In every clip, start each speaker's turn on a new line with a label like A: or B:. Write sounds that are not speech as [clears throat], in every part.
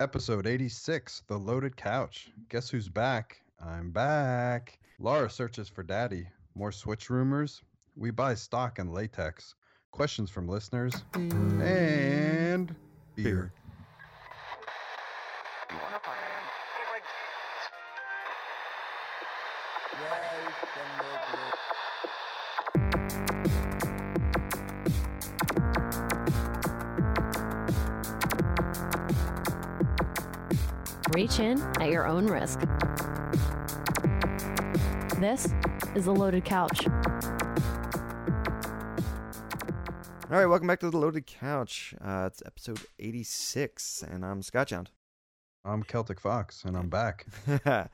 A: Episode 86 The Loaded Couch. Guess who's back? I'm back. Laura searches for daddy. More switch rumors. We buy stock in latex. Questions from listeners. And beer.
B: Reach in at your own risk. This is the Loaded Couch.
C: All right, welcome back to the Loaded Couch. Uh, it's episode 86, and I'm Scott Jound.
A: I'm Celtic Fox and I'm back.
C: [laughs]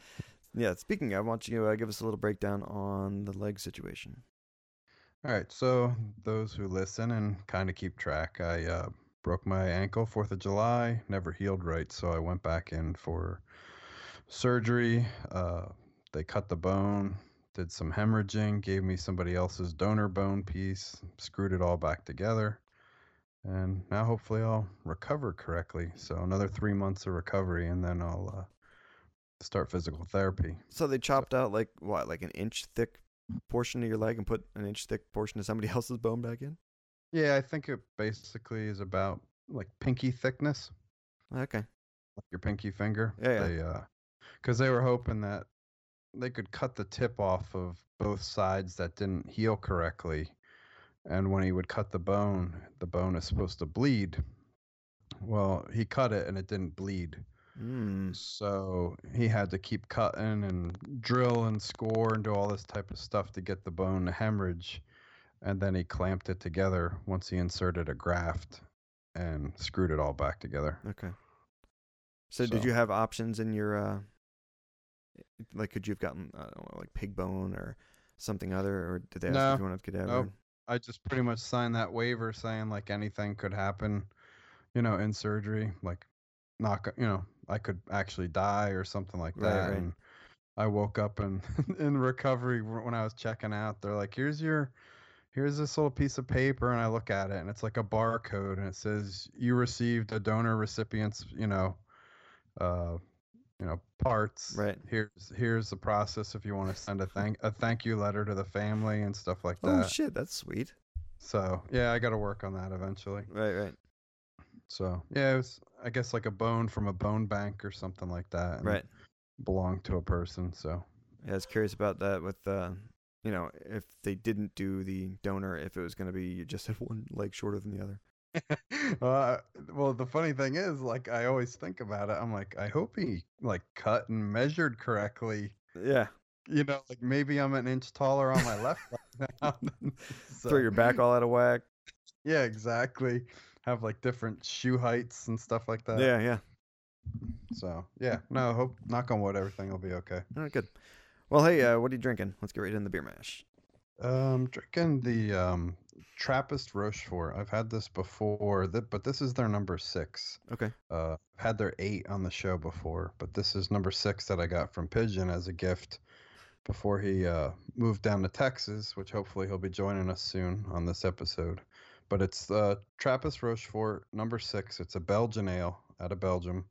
C: yeah, speaking of, why don't you uh, give us a little breakdown on the leg situation?
A: All right, so those who listen and kind of keep track, I uh, broke my ankle 4th of July, never healed right, so I went back in for surgery. Uh, they cut the bone, did some hemorrhaging, gave me somebody else's donor bone piece, screwed it all back together. And now hopefully I'll recover correctly. So another three months of recovery, and then I'll uh, start physical therapy.
C: So they chopped out like what, like an inch thick portion of your leg and put an inch thick portion of somebody [laughs] else's bone back in?
A: Yeah, I think it basically is about like pinky thickness,
C: Okay.
A: like your pinky finger.
C: Yeah, yeah.
A: They, uh, because they were hoping that they could cut the tip off of both sides that didn't heal correctly. And when he would cut the bone, the bone is supposed to bleed. Well, he cut it and it didn't bleed.
C: Mm.
A: So he had to keep cutting and drill and score and do all this type of stuff to get the bone to hemorrhage. And then he clamped it together once he inserted a graft and screwed it all back together.
C: Okay. So, did
A: So-
C: you have options in your, uh, like, could you have gotten, I don't know, like pig bone or something other, or did they ask
A: No.
C: if you wanted cadaver?
A: Nope. I just pretty much signed that waiver saying like anything could happen, you know, in surgery, like knock, you know, I could actually die or something like
C: Right,
A: that.
C: right.
A: And I woke up and [laughs] in recovery wh- when I was checking out, they're like, "Here's your, here's this little piece of paper," and I look at it and it's like a barcode and it says you received a donor recipient's, you know, uh, you know, parts.
C: Right.
A: Here's here's the process if you want to send a thank a thank you letter to the family and stuff like that.
C: Oh, shit, that's sweet.
A: So yeah, I got to work on that eventually.
C: Right, right.
A: So yeah, it was I guess like a bone from a bone bank or something like that. and
C: Right.
A: Belonged to a person. So [laughs]
C: Yeah, I was curious about that with uh you know, if they didn't do the donor, if it was gonna be you just [laughs] had one leg shorter than the other.
A: uh, well, the funny thing is, like I always think about it. I'm like, I hope he like cut and measured correctly.
C: [laughs] Yeah.
A: You know, like maybe I'm an inch taller on my left leg [laughs] now.
C: Throw your back all out of whack.
A: Yeah, exactly. Have like different shoe heights and stuff like that.
C: yeah, yeah.
A: So yeah, no, hope knock on wood, everything will be okay.
C: All right, good. Well, hey, uh, what are you drinking? Let's get right in the beer mash.
A: Um, drinking the um Trappist Rochefort. I've had this before, th- but this is their number six.
C: Okay.
A: Uh, I've had their eight on the show before, but this is number six that I got from Pigeon as a gift before he uh moved down to Texas, which hopefully he'll be joining us soon on this episode. But it's uh, Trappist Rochefort number six. It's a Belgian ale out of Belgium,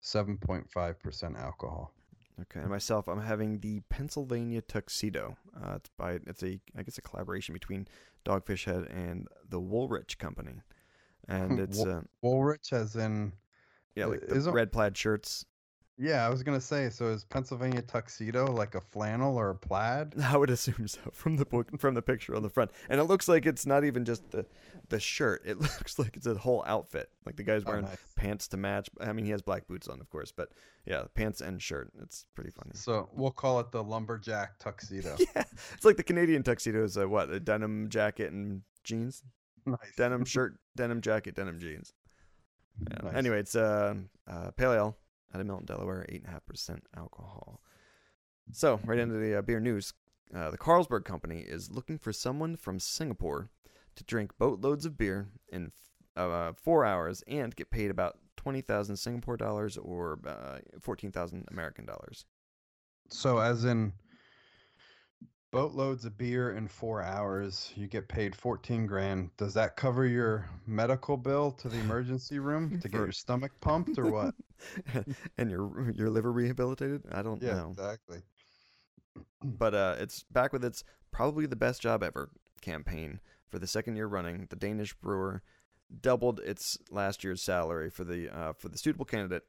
A: seven point five percent alcohol.
C: Okay, and myself, I'm having the Pennsylvania Tuxedo. Uh, it's by it's a I guess a collaboration between Dogfish Head and the Woolrich Company, and it's
A: Wo-
C: uh,
A: Woolrich, as in
C: yeah,
A: i-
C: like the
A: isn't-
C: red plaid shirts.
A: Yeah, I was gonna say. So is Pennsylvania tuxedo like a flannel or a plaid?
C: [laughs] I would assume so from the book, from the picture on the front, and it looks like it's not even just the the shirt. It [laughs] looks like it's a whole outfit. Like the guy's
A: Oh,
C: wearing [laughs]
A: nice.
C: pants to match. I mean, he has black boots on, of course, but yeah, pants and shirt. It's pretty funny.
A: So we'll call it the lumberjack tuxedo.
C: [laughs] Yeah, it's like the Canadian tuxedo is a what a denim jacket and jeans,
A: nice. [laughs]
C: denim shirt, denim jacket, denim jeans. Yeah.
A: Nice.
C: Anyway, it's uh, uh, pale ale out of Milton, Delaware, eight and a half percent alcohol. So right into the uh, beer news, uh, the Carlsberg Company is looking for someone from Singapore to drink boatloads of beer in uh, four hours and get paid about twenty thousand Singapore dollars or uh, fourteen thousand American dollars.
A: So as in, boatloads of beer in four hours. You get paid 14 grand. Does that cover your medical bill to
C: [laughs]
A: the emergency room to get
C: For-
A: your stomach pumped or what?
C: [laughs] and your your liver rehabilitated? I don't
A: yeah,
C: know.
A: exactly.
C: But uh, it's back with its probably the best job ever campaign. For the second year running, the Danish brewer doubled its last year's salary for the uh, for the suitable candidate,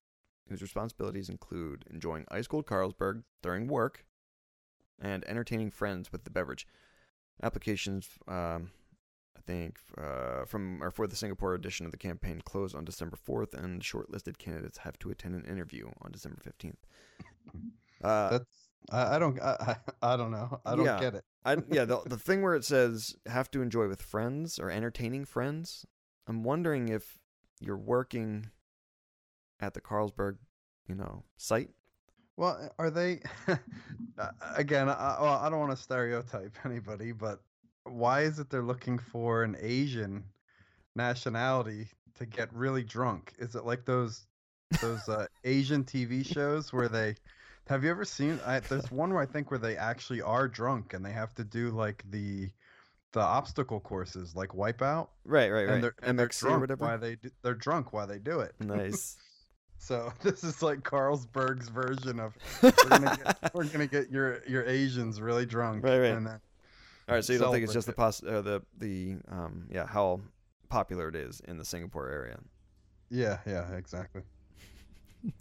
C: whose responsibilities include enjoying ice cold Carlsberg during work and entertaining friends with the beverage. Applications, um, I think, uh, from or for the Singapore edition of the campaign close on December fourth, and shortlisted candidates have to attend an interview on December fifteenth. Uh,
A: That's I, I don't I, [laughs] I I don't know. I don't
C: Yeah.
A: get it.
C: I yeah, the the thing where it says have to enjoy with friends or entertaining friends. I'm wondering if you're working at the Carlsberg, you know, site.
A: Well, are they [laughs] uh, again? I, well, I don't want to stereotype [laughs] anybody, but why is it they're looking for an Asian nationality to get really drunk? Is it like those those uh, Asian TV shows where they have you ever seen? I, there's one where I think where they actually are drunk and they have to do like the the obstacle courses, like Wipeout,
C: Right, right,
A: and they're and they're
C: MXC or
A: drunk while
C: whatever.
A: they do, they're drunk while they do it. [laughs]
C: [laughs] Nice.
A: So this is like Carlsberg's version
C: [laughs]
A: of we're gonna get, we're gonna get your your Asians really drunk.
C: Right, right.
A: And then,
C: [laughs] All right, so you don't think it's
A: celebrate
C: just the
A: it.
C: pos- uh, the the um yeah how popular it is in the Singapore area. [laughs]
A: yeah, yeah, exactly.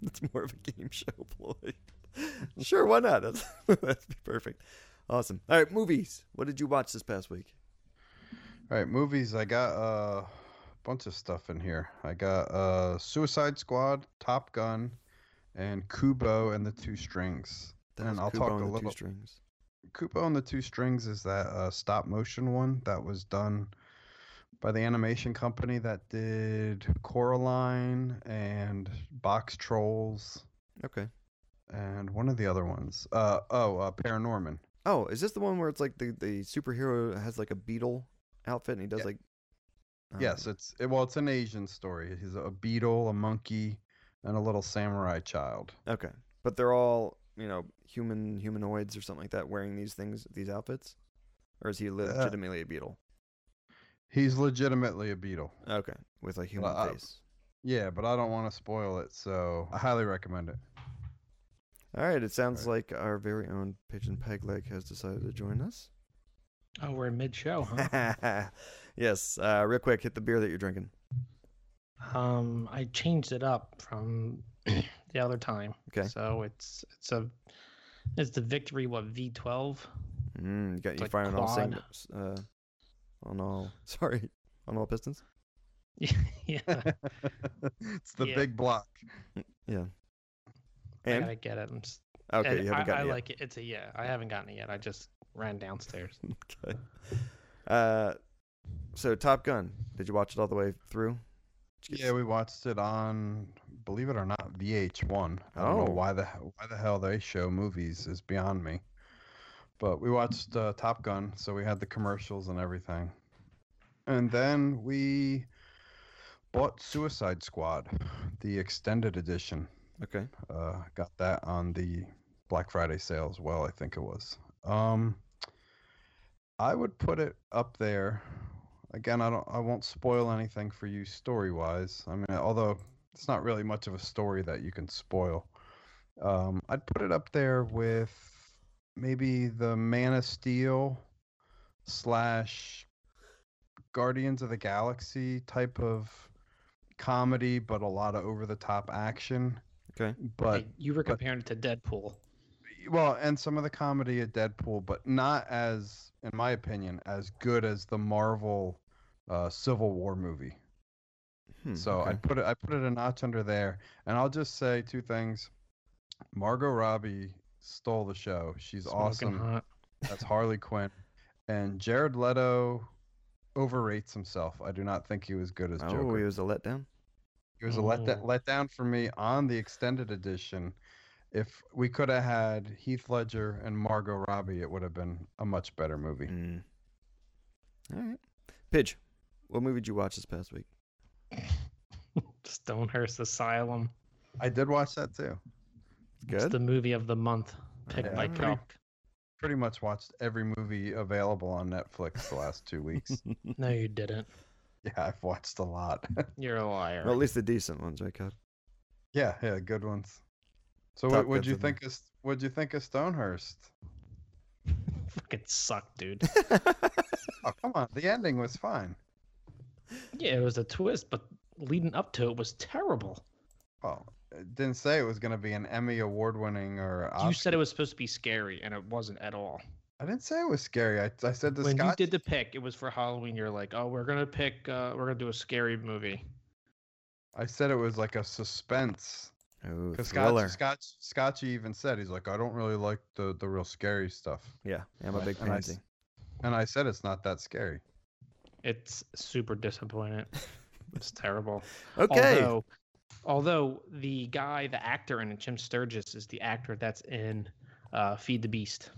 C: it's more of a game show ploy. [laughs] sure, why not? [laughs] That's that'd be perfect. Awesome. All right, movies. What did you watch this past week?
A: All right, movies. I got a bunch of stuff in here. I got uh, Suicide Squad, Top Gun, and Kubo and the Two Strings.
C: That
A: And
C: was
A: I'll
C: Kubo
A: talk
C: and
A: a
C: the Two
A: little-
C: Strings.
A: Kubo and the Two Strings is that uh, stop motion one that was done by the animation company that did Coraline and Box Trolls
C: Okay.
A: and one of the other ones. Uh, oh, uh, Paranorman.
C: Oh, is this the one where it's like the, the superhero has like a beetle outfit and he does
A: Yeah.
C: like? um,
A: Yes, it's it, well, it's an Asian story. He's a beetle, a monkey, and a little samurai child.
C: Okay, but they're all you know human humanoids or something like that wearing these things these outfits, or is
A: Uh,
C: he legitimately a beetle?
A: He's legitimately a beetle.
C: Okay, with a human
A: I-
C: face.
A: Yeah, but I don't want to spoil it, so I highly recommend it. [laughs]
C: All right, it sounds like our very own pigeon peg leg has decided to join us.
D: Oh, we're mid show, huh?
A: Oh.
C: [laughs] yes, uh, real quick, hit the beer that you're drinking. [laughs]
D: um, I changed it up from [clears throat] the other time.
C: Okay.
D: So it's it's a it's the victory what V twelve. [laughs]
C: Mm, you got you
D: like
C: firing on all sing-
D: Claude.
C: s- uh, on all [laughs] sorry on all pistons.
D: yeah.
A: it's the
D: Yeah.
A: big block.
C: Yeah.
D: I
C: And
D: gotta get it. I'm s-
C: okay,
D: and
C: you haven't
D: I,
C: got
D: I
C: it yet.
D: like it. It's a yeah. I haven't gotten it yet. I just
C: [laughs]
D: ran downstairs.
C: okay. Uh, so Top Gun, did you watch it all the way through? Did you get
A: Yeah,
C: s-
A: we watched it on, believe it or not, VH1. I don't
C: Oh.
A: know why the h- why the hell they show movies is beyond me. But we watched uh, Top Gun, so we had the commercials and everything. And then we bought Suicide Squad, the extended edition.
C: okay.
A: Uh, got that on the Black Friday sale as well, I think it was. Um, I would put it up there. Again, I don't. I won't spoil anything for you story wise. I mean, although it's not really much of a story that you can spoil. Um, I'd put it up there with maybe the Man of Steel slash Guardians of the Galaxy type of comedy, but a lot of over the top action.
C: Okay.
A: But
D: Hey, you were
A: but-
D: comparing it to Deadpool.
A: well, and some of the comedy at Deadpool, but not as, in my opinion, as good as the Marvel uh, Civil War movie.
C: Hmm,
A: So I
C: okay.
A: put it, I put it a notch under there, and I'll just say two things: Margot Robbie stole the show. She's
D: Smoking
A: awesome.
D: hot.
A: That's Harley Quinn, and Jared Leto overrates himself. I do not think he was good as
C: oh,
A: Joker.
C: he was a letdown.
A: It was a letdown,
D: Oh.
A: letdown for me on the extended edition. If we could have had Heath Ledger and Margot Robbie, it would have been a much better movie.
C: Mm. All right, Pidge, what movie did you watch this past week?
D: Stonehurst Asylum.
A: I did watch that too.
D: It's
C: Good.
D: the movie of the month. Picked
A: Yeah,
D: by
A: I'm pretty-
D: Calc.
A: pretty much watched every movie available on Netflix the last two
D: [laughs]
A: weeks.
D: No, you didn't.
A: yeah, I've watched a lot. [laughs]
D: You're a liar.
C: Well, at least the decent ones, right, Cod?
A: yeah, yeah, good ones. So
C: Top
A: what would
C: goods
A: you
C: in there.
A: think is would you think of Stonehurst?
D: Fucking suck, dude. [laughs]
A: Oh come on, the ending was fine.
D: yeah, it was a twist, but leading up to it was terrible.
A: Well, it didn't say it was going to be an Emmy award winning or.
D: You
A: Oscar-
D: said it was supposed to be scary, and it wasn't at all.
A: I didn't say it was scary. I, I said the
D: when
A: Scotch.
D: you did the pick, it was for Halloween. You're like, oh, we're gonna pick, uh, we're gonna do a scary movie.
A: I said it was like a suspense.
C: Oh,
A: Because
C: thriller.
A: Scotch, Scotch, Scotchy even said he's like, I don't really like the the real scary stuff.
C: Yeah, yeah, I'm a
A: Right,
C: big
A: and I
C: pansy.
A: s- And I said it's not that scary.
D: It's super [laughs] disappointing. It's terrible.
C: Okay.
D: Although, although the guy, the actor in it, Jim Sturgis, is the actor that's in uh, Feed the Beast,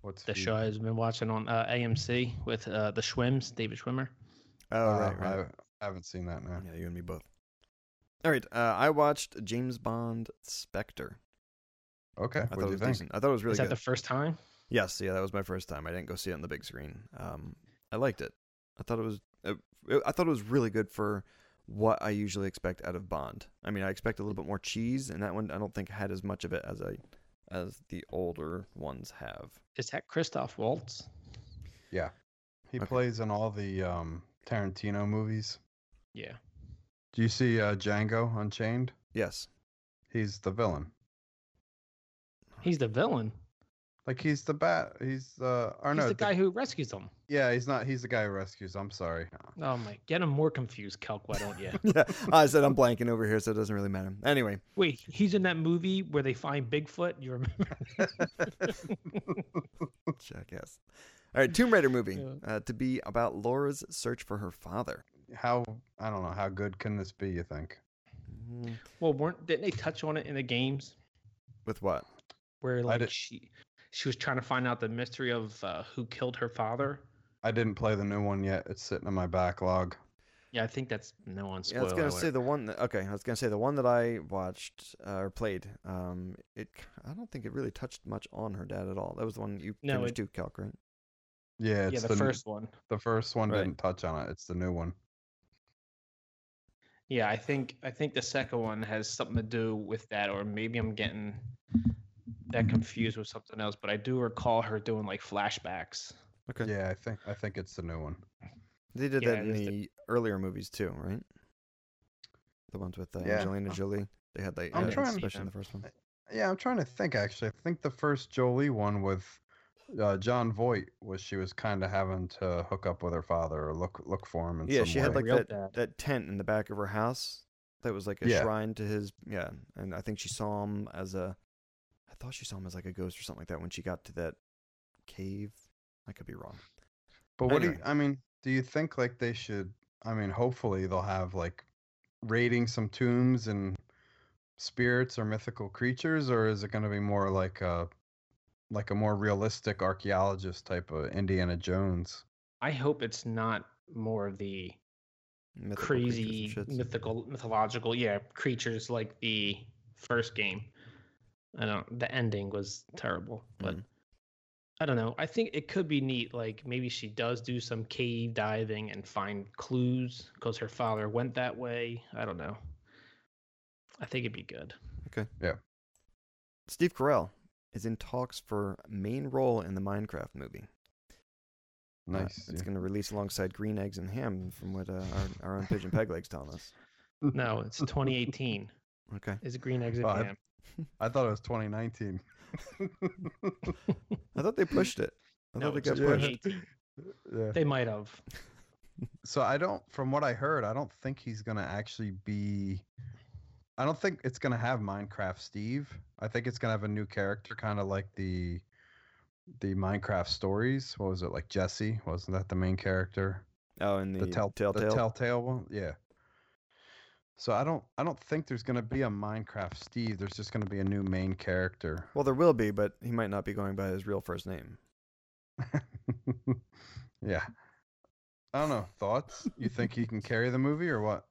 A: What's
D: the
A: he-
D: show I've been watching on uh, AMC with uh, the Schwims, David Schwimmer.
C: oh,
A: Uh,
C: right, right.
A: I haven't seen that now.
C: Yeah, you and me both. All right, uh, I watched James Bond Spectre.
A: Okay,
C: I
A: what
C: thought
A: do
C: it
A: you
C: was
A: think?
C: decent. I thought it was really
D: is that
C: good.
D: the first time?
C: Yes, yeah, that was my first time. I didn't go see it on the big screen. Um, I liked it. I thought it was. Uh, I thought it was really good for what I usually expect out of Bond. I mean, I expect a little bit more cheese, and that one I don't think had as much of it as I as the older ones have.
D: Is that Christoph Waltz?
A: He
C: Okay.
A: plays in all the um, Tarantino movies.
D: Yeah.
A: Do you see uh, Django Unchained?
C: Yes. [laughs]
A: He's the villain.
D: He's the villain.
A: Like he's the bat. He's uh, or no,
D: He's the
A: the-
D: guy who rescues them.
A: yeah, he's not. He's the guy who rescues. I'm
D: [laughs]
A: sorry. [laughs]
D: Oh my! Get him more confused, Kelk. Why don't
C: [laughs]
D: you?
C: yeah. I said I'm blanking over here, so it doesn't really matter. Anyway,
D: Wait, he's in that movie where they find Bigfoot. You remember? [laughs]
C: jackass. All right, Tomb Raider movie
D: Yeah.
C: uh, to be about Laura's search for her father.
A: How I don't know. How good can this be? You think?
C: Mm,
D: well, weren't didn't they touch on it in the games
C: With what?
D: where like
A: did-
D: she she was trying to find out the mystery of uh, who killed her father?
A: I didn't play the new one yet. It's sitting in my backlog.
D: Yeah, I think that's no one
C: Yeah, I
D: spoiler.
C: was gonna
D: alert.
C: say the one. That, okay, I was gonna say the one that I watched uh, or played. Um, it. k- I don't think it really touched much on her dad at all. That was the one you
D: No,
C: finished
D: it-
C: too, Calc, right?
A: Yeah, it's
D: yeah, the,
A: the n-
D: first one.
A: The first one
C: Right.
A: didn't touch on it. It's the new one.
D: Yeah, I think I think the second one has something to do with that, or maybe I'm getting that confused with something else. But I do recall her doing like flashbacks.
C: Okay.
A: Yeah, I think I think it's the new one.
C: They did
D: Yeah,
C: that
D: it
C: in
D: is
C: the
D: the-
C: earlier movies too, right? The ones with uh,
A: Yeah.
C: Angelina Jolie. They had like
A: I'm
C: uh,
A: trying to-
C: especially in the first one.
A: Yeah, I'm trying to think actually. I think the first Jolie one with uh, John Voight was she was kind of having to hook up with her father or look look for him in
C: Yeah,
A: some
C: she had
A: way.
C: like
D: Real
C: that,
D: dad.
C: that tent in the back of her house that was like a
A: Yeah.
C: shrine to his. Yeah, and I think she saw him as a. I thought she saw him as like a ghost or something like that when she got to that cave. I could be wrong.
A: But what do
C: anyway.
A: you, I mean? Do you think like they should? I mean, hopefully they'll have like raiding some tombs and spirits or mythical creatures, or is it going to be more like a like a more realistic archaeologist type of Indiana Jones?
D: I hope it's not more of the
C: Mythical creatures and
D: crazy
C: shits.
D: mythical mythological yeah creatures like the first game i don't the ending was terrible but
C: Mhm.
D: i don't know i think it could be neat like maybe she does do some cave diving and find clues because her father went that way i don't know i think it'd be good
C: Steve Carell is in talks for main role in the Minecraft movie. Uh,
A: Nice. [laughs]
C: it's
A: yeah.
C: going to release alongside Green Eggs and Ham, from what uh, our, our own Pigeon Pegleg's telling us.
D: no
C: [laughs]
D: it's 2018
C: Okay.
D: is green exit
A: Oh, I-
D: Camp.
A: I thought it was 2019.
C: I thought they pushed it. I
D: No,
C: thought it
D: it's
C: got
A: just-
C: pushed.
D: 2018.
A: [laughs] yeah.
D: they might have
A: So I don't, from what I heard, I don't think he's gonna actually be. I don't think it's gonna have Minecraft Steve. I think it's gonna have a new character, kind of like the, the Minecraft stories. What was it like? Jesse wasn't that the main character?
C: Oh, and the,
A: The, tell,
C: Telltale.
A: the Telltale one, yeah. So I don't, I don't think there's gonna be a Minecraft Steve. There's just gonna be a new main character. [laughs]
C: Well, there will be, but he might not be going by his real first name.
A: yeah. I don't know. Thoughts? You think he can carry the movie or what?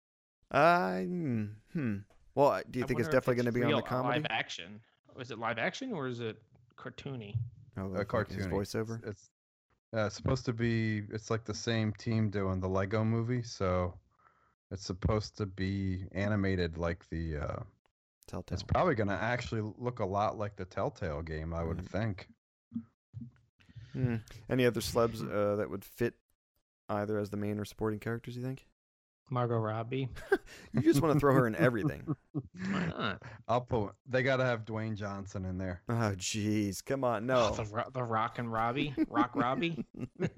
C: I hmm. hmm. Well, I- do you
D: I
C: think it's
D: wonder if
C: definitely going to be on
D: real,
C: the
D: uh,
C: comedy?
D: Live action. Is it live action or is it cartoony.
C: Oh,
A: a
C: fucking
A: cartoon
C: voiceover.
A: It's, uh, it's supposed to be. It's like the same team doing the Lego Movie, so it's supposed to be animated like the. Uh,
C: Telltale.
A: it's probably going to actually look a lot like the Telltale game, I would
C: Right.
A: think.
C: Hmm. Any other celebs uh, that would fit either as the main or supporting characters? You think?
D: Margot Robbie.
C: You just want to throw her
A: [laughs]
C: in everything.
D: Why not?
A: I'll put. They got to have Dwayne Johnson in there. [laughs]
C: Oh, jeez, come on,
D: Oh,
C: no.
D: the, Ro- the Rock and Robbie. Rock Robbie.
C: You're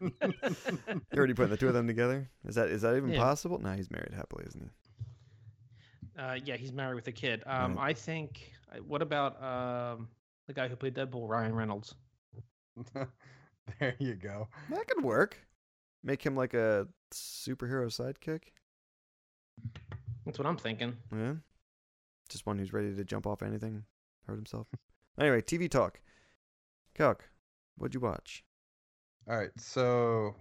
C: already putting the two of them together. Is that is that even
D: Yeah.
C: possible? No, he's married happily, isn't he?
D: Uh, yeah, he's married with a kid. Um, I think. I- What about um, the guy who played Deadpool, Ryan Reynolds?
A: there you go.
C: That could work. Make him like a superhero sidekick.
D: That's what I'm thinking.
C: Yeah. Just one who's ready to jump off anything, hurt himself. Anyway, TV talk. Cuck, what'd you watch?
A: All right, so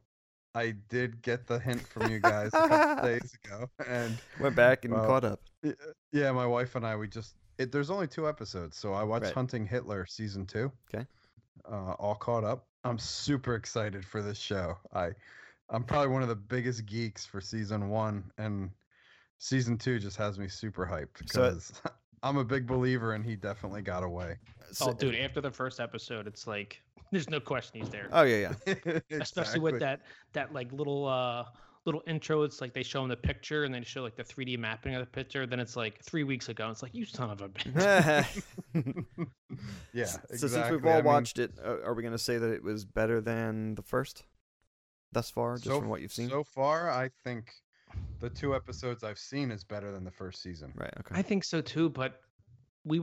A: I did get the hint from you guys a
C: [laughs]
A: couple days ago, and
C: Went back and
A: Well,
C: caught up.
A: Y- Yeah, my wife and I we just it, there's only two episodes, so I watched
C: Right.
A: Hunting Hitler season two.
C: 'Kay.
A: uh, all caught up. I'm super excited for this show. I I'm probably one of the biggest geeks for season one, and season two just has me super hyped
C: So-
A: because [laughs] I'm a big believer, and he definitely got away. [laughs]
D: oh, dude! After the first episode, it's like [laughs] there's no question he's there.
C: Oh yeah, yeah.
D: Especially with that that like little uh little intro. It's like they show him the picture and then show like the 3D mapping of the picture. Then it's like three weeks ago. And it's like you son of a bitch.
A: [laughs]
D: [laughs]
C: [laughs]
A: Yeah.
C: S-
A: Exactly.
C: So since we've
A: I
C: all
A: mean,
C: watched it, uh, are we going to say that it was better than the first, thus far, just
A: so
C: from what you've seen?
A: so far, I think the two episodes I've seen is better than the first season.
C: right. Okay.
D: I think so too, but we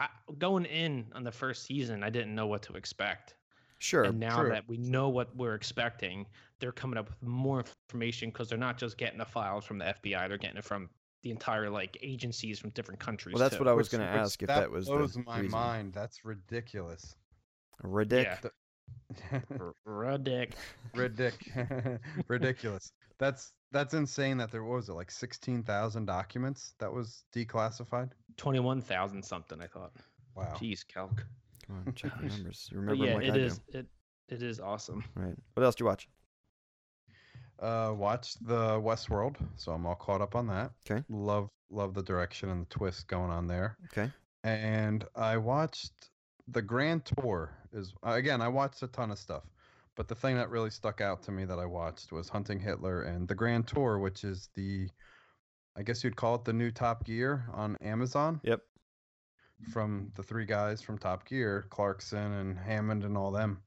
D: I, going in on the first season, I didn't know what to expect.
C: sure.
D: and now
A: true.
D: that we know what we're expecting, they're coming up with more information because they're not just getting the files from the FBI; they're getting it from the entire like agencies from different countries.
C: Well, that's
D: too.
C: what I was
A: Which-
C: going to
A: which
C: ask if
A: that
C: that, was
A: blows
C: the
A: my
C: reason.
A: mind. That's ridiculous. [laughs]
C: Ridic.
D: Yeah. R- Ridic.
A: Ridic. [laughs] ridiculous. That's that's insane. That there what was it like sixteen thousand documents that was declassified.
D: Twenty-one thousand something. I thought.
A: Wow.
D: Jeez, calc.
C: Come on, check
D: [laughs]
C: the numbers. You
D: But
C: remember 'em
D: yeah,
C: like
D: it
C: I
D: is.
C: do.
D: It it is awesome.
C: Right. What else do you watch?
A: Uh, watched the Westworld, so I'm all caught up on that.
C: 'Kay.
A: Love love the direction and the twist going on there.
C: Okay.
A: And I watched the Grand Tour. Is again, I watched a ton of stuff, but the thing that really stuck out to me that I watched was Hunting Hitler and the Grand Tour, which is the, I guess you'd call it the new Top Gear on Amazon.
C: Yep.
A: from the three guys from Top Gear, Clarkson and Hammond and all them.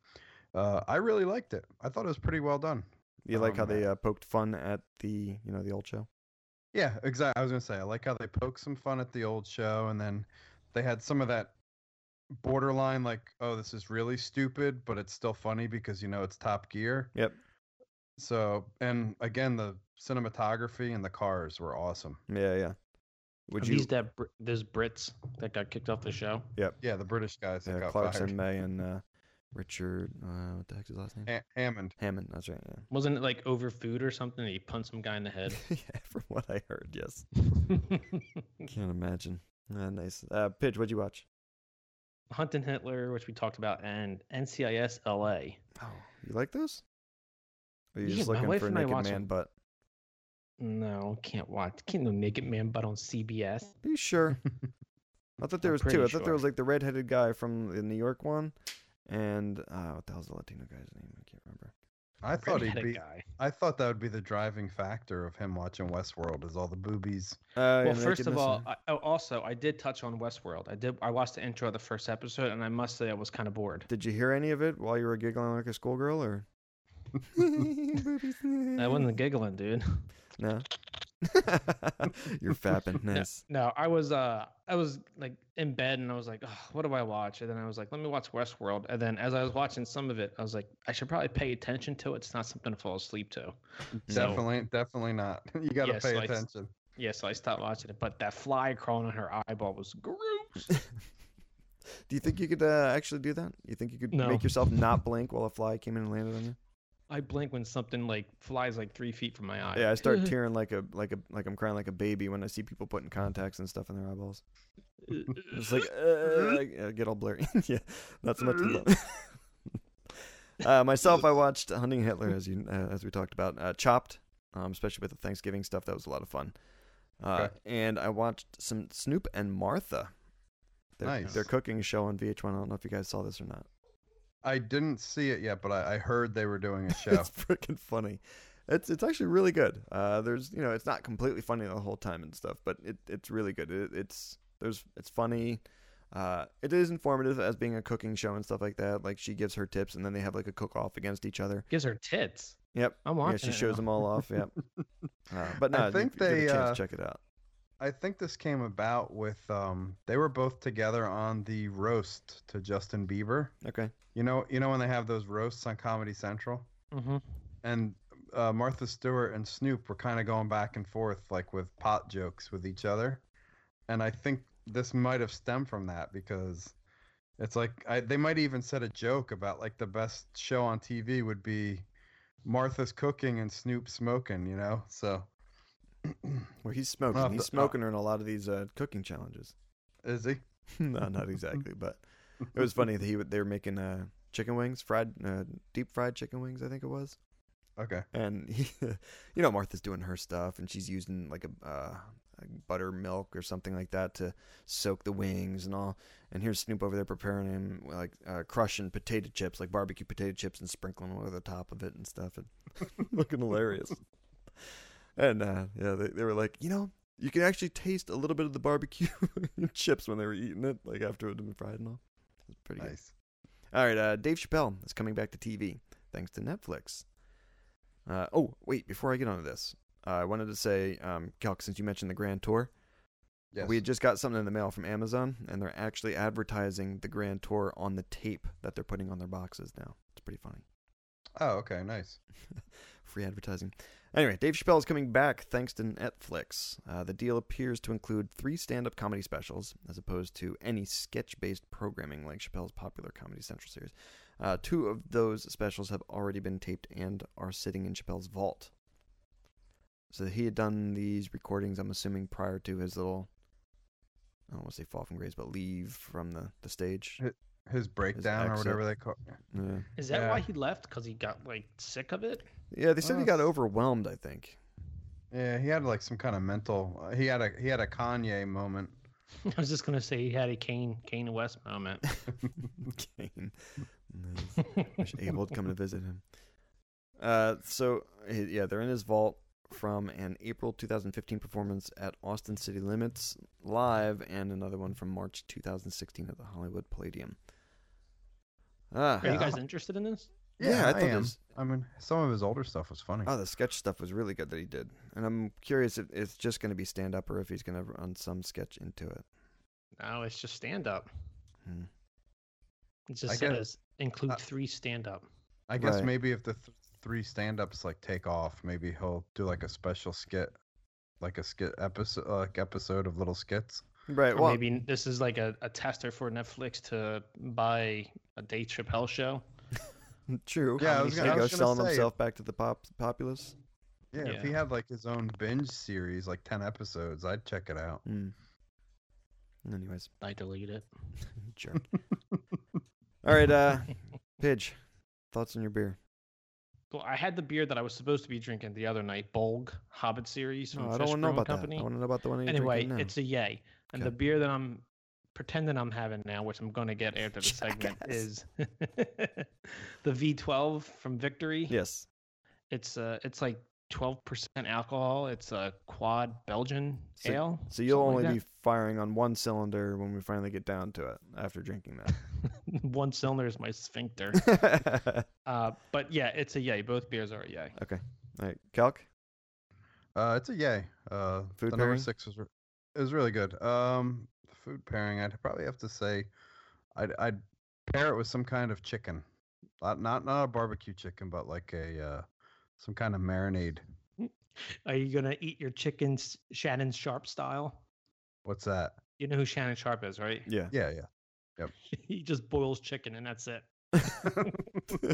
A: Uh, I really liked it. I thought it was pretty well done.
C: You
D: Oh,
C: like how
A: Um,
C: they uh, poked fun at the you know the old show?
A: Yeah, exactly. I was gonna say I like how they poke some fun at the old show, and then they had some of that borderline like, oh, this is really stupid, but it's still funny because you know it's Top Gear.
C: Yep.
A: So, and again, the cinematography and the cars were awesome.
C: Yeah, yeah. Would
D: Would
C: you?
D: Oh, These that Br- those Brits that got kicked off the show.
A: Yeah, the British guys that
C: Yeah,
A: got fired.
C: Clarkson May
D: [laughs]
C: and uh, Richard. Uh, what the heck's his last name?
A: Ha-
C: [laughs]
A: Hammond. [laughs]
C: Hammond. That's right. Yeah.
D: Wasn't it like over food or something? And he punched some guy in the head.
C: [laughs] yeah, from what I heard,
D: [laughs]
C: yes. Can't imagine. Ah, nice. Uh, Pidge, what'd you watch?
D: [laughs] Hunting Hitler, which we talked about, and NCIS LA.
C: Oh, you like those? Or you
D: Yeah,
C: just
D: my
C: looking
D: wife
C: for a
D: and I
C: naked
D: watch
C: man
D: them.
C: butt?
D: No, can't watch. Can't no naked man butt on CBS.
C: Are you sure? I thought there
D: I'm
C: was two.
D: pretty
C: I thought there was
D: sure.
C: like the redheaded guy from the New York one, and uh, what the hell's the Latino guy's name? I can't remember.
A: I thought he'd
D: Redheaded
A: be.
D: guy.
A: I thought that would be the driving factor of him watching Westworld is all the boobies.
C: Uh,
D: Well, first of all, I, oh, also I did touch on Westworld. I did. I watched the intro of the first episode, and I must say I was kind of bored.
C: did you hear any of it while you were giggling like a schoolgirl,
D: [laughs]
C: or?
D: I wasn't giggling, dude.
C: [laughs]
D: [laughs]
C: No. [laughs] You're fapping.
D: No.
C: Nice.
D: No, I was. Uh, I was like in bed, and I was like, oh, "What do I watch?" And then I was like, "Let me watch Westworld." And then as I was watching some of it, I was like, "I should probably pay attention to it. It's not something to fall asleep to." So-
A: Definitely, definitely not. [laughs] You got to pay
D: Mm-hmm. Yeah, so I s-
A: attention.
D: Yeah, so I stopped watching it. But that fly crawling on her eyeball was gross.
C: [laughs] Do you think you could uh, actually do that? You think you could
D: No.
C: make yourself not blink while a fly came in and landed on you?
D: I blink when something like flies like three feet from my eye.
C: Yeah, I start tearing like a like a like I'm crying like a baby when I see people putting contacts and stuff in their eyeballs. It's like uh, I get all blurry. [laughs] yeah, not so much. love. [laughs] uh, myself, I watched Hunting Hitler as you uh, as we talked about uh, Chopped, um, especially with the Thanksgiving stuff. That was a lot of fun. Uh,
A: Okay.
C: And I watched some Snoop and Martha. Their,
A: Nice.
C: Their cooking show on VH1. I don't know if you guys saw this or not.
A: I didn't see it yet, but I, I heard they were doing a show.
C: It's freaking funny. It's it's actually really good. Uh, there's you know it's not completely funny the whole time and stuff, but it, it's really good. It, it's there's it's funny. Uh, it is informative as being a cooking show and stuff like that. Like she gives her tips, and then they have like a cook off against each other.
D: Gives her tits.
C: Yep.
D: I'm
C: Yeah,
D: watching.
C: she
D: it
C: shows
D: now.
C: them all off.
A: [laughs]
C: Yep. Uh, but no,
A: I
C: if
A: think
C: you get a
A: they,
C: chance,
A: uh,
C: check it out.
A: I think this came about with um, they were both together on the roast to Justin Bieber.
C: Okay.
A: You know, you know when they have those roasts on Comedy Central,
D: Mhm.
A: and uh, Martha Stewart and Snoop were kind of going back and forth like with pot jokes with each other, and I think this might have stemmed from that because it's like I, they might even said a joke about like the best show on TV would be Martha's cooking and Snoop smoking. You know, so
C: Where he's smoking.
A: have
C: He's
A: to-
C: smoking her in a lot of these uh, cooking challenges. [laughs]
A: is he?
C: no, not exactly, but it was funny that he would- they were making uh, chicken wings, fried uh, deep fried chicken wings, I think it was.
A: Okay.
C: and [laughs] he, you know Martha's doing her stuff, and she's using like a, uh, a buttermilk or something like that to soak the wings and all. And here's Snoop over there preparing him like uh, crushing potato chips, like barbecue potato chips, and sprinkling them over the top of it and stuff, and [laughs] looking hilarious. And uh, yeah, they, they were like, you know, you can actually taste a little bit of the barbecue [laughs] chips when they were eating it, like after it had been fried and all. It's pretty good.
A: Nice.
C: All right, uh, Dave Chappelle is coming back to TV thanks to Netflix. Uh, oh, wait, before I get onto this, uh, I wanted to say, um, Calc, since you mentioned the Grand Tour,
A: Yes.
C: we had just got something in the mail from Amazon, and they're actually advertising the Grand Tour on the tape that they're putting on their boxes now. It's pretty funny.
A: Oh, okay, nice.
C: Free advertising. Anyway, Dave Chappelle is coming back thanks to Netflix. Uh, the deal appears to include three stand up comedy specials, as opposed to any sketch based programming like Chappelle's popular Comedy Central series. Uh, two of those specials have already been taped and are sitting in Chappelle's vault. So he had done these recordings, I'm assuming, prior to his little, I don't want to say fall from grace, but leave from the, the stage.
A: His breakdown or
C: exit.
A: whatever they call. it.
C: Yeah.
D: Is that
A: Yeah.
D: why he left? Because he got like sick of it.
C: yeah, they said he
A: Well,
C: got
A: that's-
C: overwhelmed, I think.
A: Yeah, he had like some kind of mental. He had a he had a Kanye moment.
D: [laughs] I was just gonna say he had a Kane Kane West moment.
C: Kane. Nice. wish Abel would come to visit him. Uh, so eh, yeah, they're in his vault from an April 2015 performance at Austin City Limits live, and another one from March 2016 at the Hollywood Palladium. Ah,
D: Are you
A: Yeah.
D: guys interested in this?
C: Yeah, I thought it
A: am.
C: was-
A: I mean, some of his older stuff was funny.
C: oh, the sketch stuff was really good that he did, and I'm curious if it's just going to be stand up or if he's going to run some sketch into it.
D: [laughs] No, it's just stand up.
C: Hmm.
D: It
A: I
D: just
A: get it.
D: says include
A: Uh,
D: three stand up.
A: I guess
C: right.
A: maybe if the th- three stand-ups like take off, maybe he'll do like a special skit, like a skit episode, like episode of little skits.
C: Right.
D: Or maybe n- this is like a, a tester for Netflix to buy a Dave Chappelle show.
C: true.
A: Yeah, I
D: was
C: He's
D: gonna- I
C: go
A: was gonna
C: selling
A: say-
C: himself back to the pop populace.
A: Yeah, if he
D: Yeah.
A: had like his own binge series, like ten episodes, I'd check it out.
C: Mm. Anyways.
D: I delete it.
C: [laughs] Jerk. All right, uh,
D: [laughs]
C: Pidge, thoughts on your beer?
D: Well, I had the beer that I was supposed to be drinking the other night, Bolg Hobbit series from
C: Oh, I
D: Fish
C: don't want to know
D: Brewing
C: about
D: Company.
C: that. I want to know about the one. that you're
D: anyway,
C: drinking now.
D: it's a yay. And
C: Okay.
D: the beer that I'm pretending I'm having now, which I'm going to get
C: [laughs]
D: after the segment,
C: Jackass.
D: is [laughs] the V12 from Victory.
C: yes.
D: It's uh, it's like 12% alcohol. It's a quad Belgian
C: So-
D: ale.
C: So you'll
D: something
C: only
D: like
C: be firing on one cylinder when we finally get down to it after drinking [laughs]
D: that. [laughs] one cylinder is my sphincter.
C: that.
D: uh, but yeah, it's a yay. Both beers are a yay.
C: All right, Calc.
A: Uh, it's a yay. Uh,
C: Food
A: the number
C: pairing?
A: six was re- is really good. Um, food pairing, I'd probably have to say, I'd I'd pair it with some kind of chicken, not not not a barbecue chicken, but like a uh, some kind of marinade.
D: Are you gonna eat your chicken s- Shannon Sharp style?
A: What's that?
C: [laughs]
D: You know who Shannon Sharp is, right?
C: Yeah.
A: Yeah, yeah.
D: [laughs] he just boils chicken and that's it.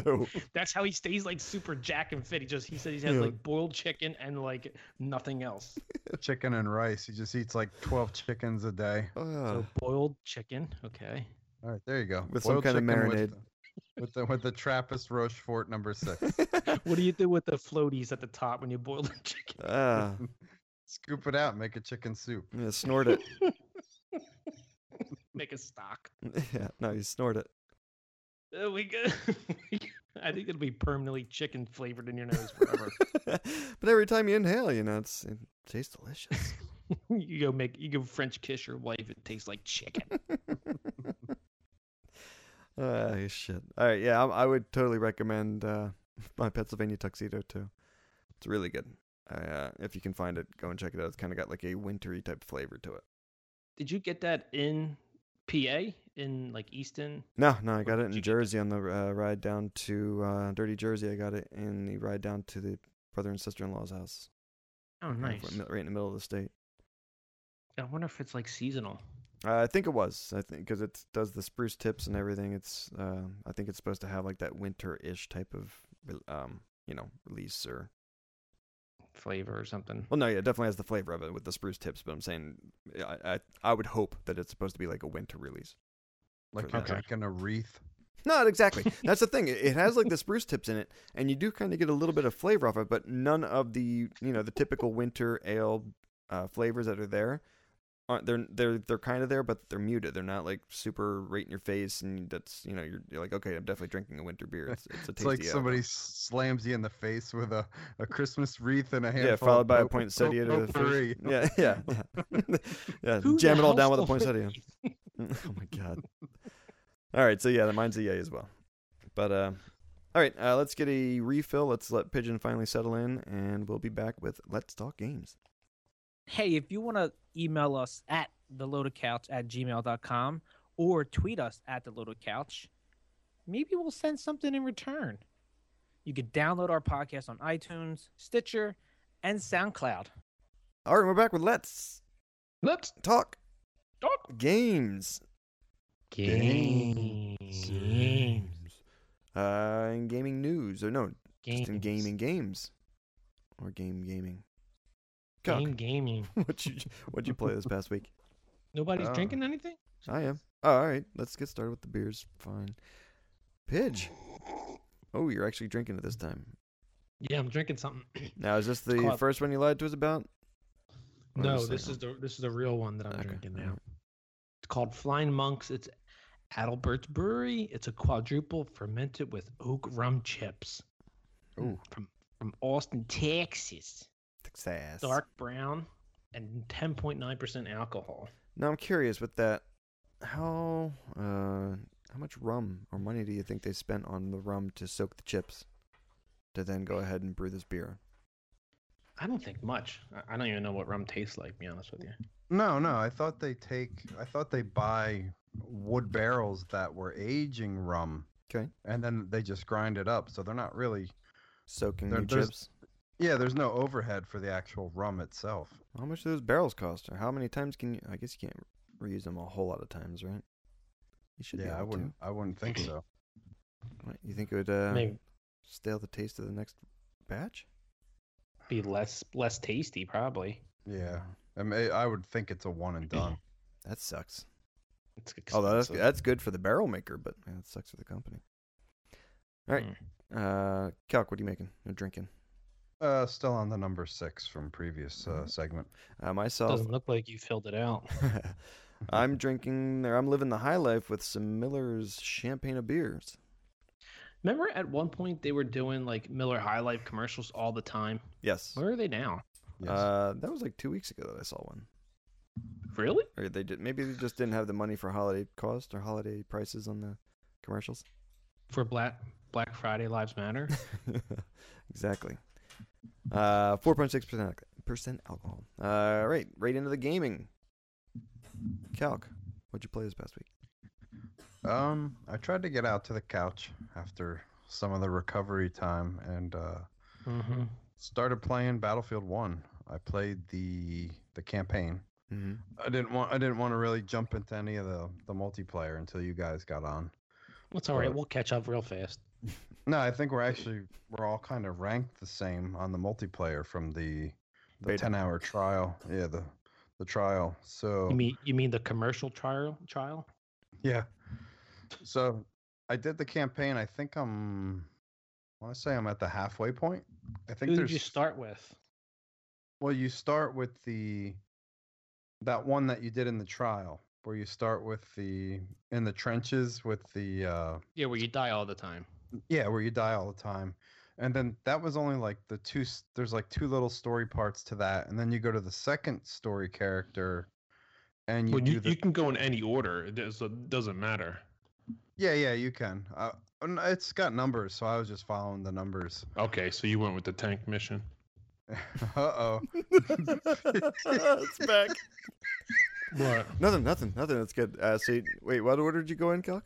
C: Ew.
D: That's how he stays like super jack and fit. He just he said he has
C: Yeah.
D: like boiled chicken and like nothing else.
A: Chicken and rice. He just eats like 12 chickens a day.
C: Ugh. [laughs]
D: So boiled chicken, okay.
A: All right, there you go.
C: With some kind of
A: chicken
C: marinade.
A: With the, with the, with the Trappist Rochefort number six.
C: [laughs]
D: What do you do with the floaties at the top when you boil the [laughs] chicken?
C: Ah,
A: Scoop it out, make a chicken soup.
C: I'm gonna snort it. [laughs]
D: Make a stock.
C: yeah, no, you snort it. [laughs]
D: There we go. [laughs] I think it'll be permanently chicken flavored in your nose forever. [laughs]
C: but every time you inhale, you know it's, it tastes delicious.
D: you go make you go French kiss your wife. It tastes like chicken.
C: Ah, shit. All right, yeah, I, I would totally recommend uh, [laughs] my Pennsylvania tuxedo too. It's really good. I, uh, if you can find it, go and check it out. It's kind of got like a wintry type flavor to it.
D: Did you get that in PA in like Easton?
C: No, no, I got
D: did
C: it in
D: you get?
C: Jersey on the uh, ride down to uh, Dirty Jersey. I got it in the ride down to the brother and sister in law's house.
D: Oh,
C: Kind
D: nice.
C: of Right in the middle of the state.
D: I wonder if it's like seasonal.
C: Uh, I think it was. I think because it does the spruce tips and everything. It's. Uh, I think it's supposed to have like that winter-ish type of, re- um, you know, release or.
D: flavor or something.
C: Well, no, yeah, it definitely has the flavor of it with the spruce tips. But I'm saying, I, I, I would hope that it's supposed to be like a winter release.
A: Like
C: For
A: you're
D: that.
A: drinking a wreath.
C: Not exactly.
A: [laughs]
C: That's the thing. It it has like the spruce tips in it, and you do kind of get a little bit of flavor off it, but none of the you know the typical winter ale uh, flavors that are there aren't they're they're they're kind of there, but they're muted. They're not like super right in your face, and that's you know you're, you're like okay, I'm definitely drinking a winter beer. [laughs] It's, it's a
A: It's
C: tasty
A: like
C: ale.
A: somebody s- slams you in the face with a, a Christmas wreath and a handful.
C: yeah,
A: of
C: followed by a
A: pot-
C: poinsettia to the
A: potpourri.
C: face. [laughs] Yeah,
D: [laughs]
C: yeah, yeah. [laughs] yeah
D: Who the
C: jam it all down
D: hell's
C: with a
D: over [laughs]
C: poinsettia. [laughs] oh my god. All right, so yeah, mine's a yay as well. But uh, all right, uh, let's get a refill. Let's let Pigeon finally settle in, and we'll be back with Let's Talk Games.
E: [laughs] hey, if you want to email us at theloadedcouch at gmail.com or tweet us at theloadedcouch, maybe we'll send something in return. You can download our podcast on iTunes, Stitcher, and SoundCloud.
C: All right, we're back with Let's
D: Let's
C: Talk
D: talk
C: Games.
D: games. Games.
C: Uh, in gaming news, or no, just in gaming games, or game gaming. [laughs] Cock,
D: Game gaming.
C: what you what you play this past week?
D: Nobody's
A: Oh.
D: drinking anything.
C: I am. Oh, all right, let's get started with the beers. Fine. Pidge. Oh, you're actually drinking it this time.
D: Yeah, I'm drinking something.
C: Now, is this the
D: called-
C: first one you lied to us about? Or
D: no,
C: the
D: this
C: second
D: is the this is the real one that I'm
C: Okay,
D: drinking now.
C: alright.
D: It's called Flying Monks. It's Adalbert's Brewery. It's a quadruple fermented with oak rum chips.
C: Ooh.
D: From from Austin, Texas.
C: one? Texas.
D: Dark brown and 10.9% alcohol.
C: Now, I'm curious with that. How uh, how much rum or money do you think they spent on the rum to soak the chips, to then go ahead and brew this beer?
D: I don't think much. I- I don't even know what rum tastes like, to be honest with you.
A: No, no. I thought they take. I thought they buy wood barrels that were aging rum,
C: Okay,
A: and then they just grind it up. So they're not really.
C: soaking
A: There-
C: the
A: there's-
C: chips.
A: Yeah, there's no overhead for the actual rum itself.
C: How much do those barrels cost, or how many times can you? I guess you can't reuse them a whole lot of times, right? You should. be
A: Yeah, I
C: able to,
A: wouldn't. I wouldn't think
C: [clears throat]
A: so.
C: right? You think it would uh,
D: Maybe
C: stale the taste of the next batch?
D: be less less tasty, probably.
A: Yeah, I, mean, I would think it's a one and
C: [clears throat]
A: done.
C: That sucks.
D: It's
C: Although that's
D: expensive.
C: that's Oh, good for the barrel maker, but man, that sucks for the company. All right, uh, Calc, what are you making? You're drinking.
A: Uh, still on the number six from previous uh,
C: Mhm.
A: segment.
C: Uh,
D: Mm.
C: myself, [laughs]
D: doesn't look like you filled it out.
C: I'm drinking. Or I'm living the high life with some Miller's champagne of beers.
D: Remember at one point they were doing like Miller High Life commercials all the time.
C: Yes.
D: Where are they now?
A: Yes.
C: Uh, that was like two weeks ago that I saw one.
D: Really?
C: Or they did. Maybe they just didn't have the money for holiday cost or holiday prices on the commercials.
D: For Black Black Friday Lives
F: [laughs]
D: Matter?
C: [laughs] exactly. Uh, four point six percent percent alcohol. Uh, all right, right into the gaming. Calc, what'd you play this past week?
A: Um, I tried to get out to the couch after some of the recovery time and uh,
D: mm-hmm.
A: started playing Battlefield One. I played the the campaign.
C: Mm-hmm.
A: I didn't want I didn't want to really jump into any of the the multiplayer until you guys got on.
D: That's all right. We'll catch up real fast.
A: No, I think we're actually we're all kind of ranked the same on the multiplayer from the the
C: Beta. [laughs]
A: ten hour trial. Yeah, the the trial. So
D: You mean you mean the commercial trial trial?
A: yeah. So I did the campaign. I think I'm. I want to say I'm at the halfway point. I think
D: Who did
A: there's.
D: you start with?
A: Well, you start with the that one that you did in the trial, where you start with the in the trenches with the uh
D: Yeah, where you die all the time.
A: yeah, where you die all the time. And then that was only like the two s- there's like two little story parts to that, and then you go to the second story character and you
F: Well,
A: do
F: you,
A: the
F: you can go in any order. It does- it doesn't matter.
A: Yeah, yeah, you can. Uh, n- it's got numbers, so I was just following the numbers. [laughs]
F: Okay, so you went with the tank mission.
A: Uh-oh.
C: it's back.
F: What?
C: Nothing, nothing, nothing. That's good. Uh, so, you, wait, what order did you go in, Kelk?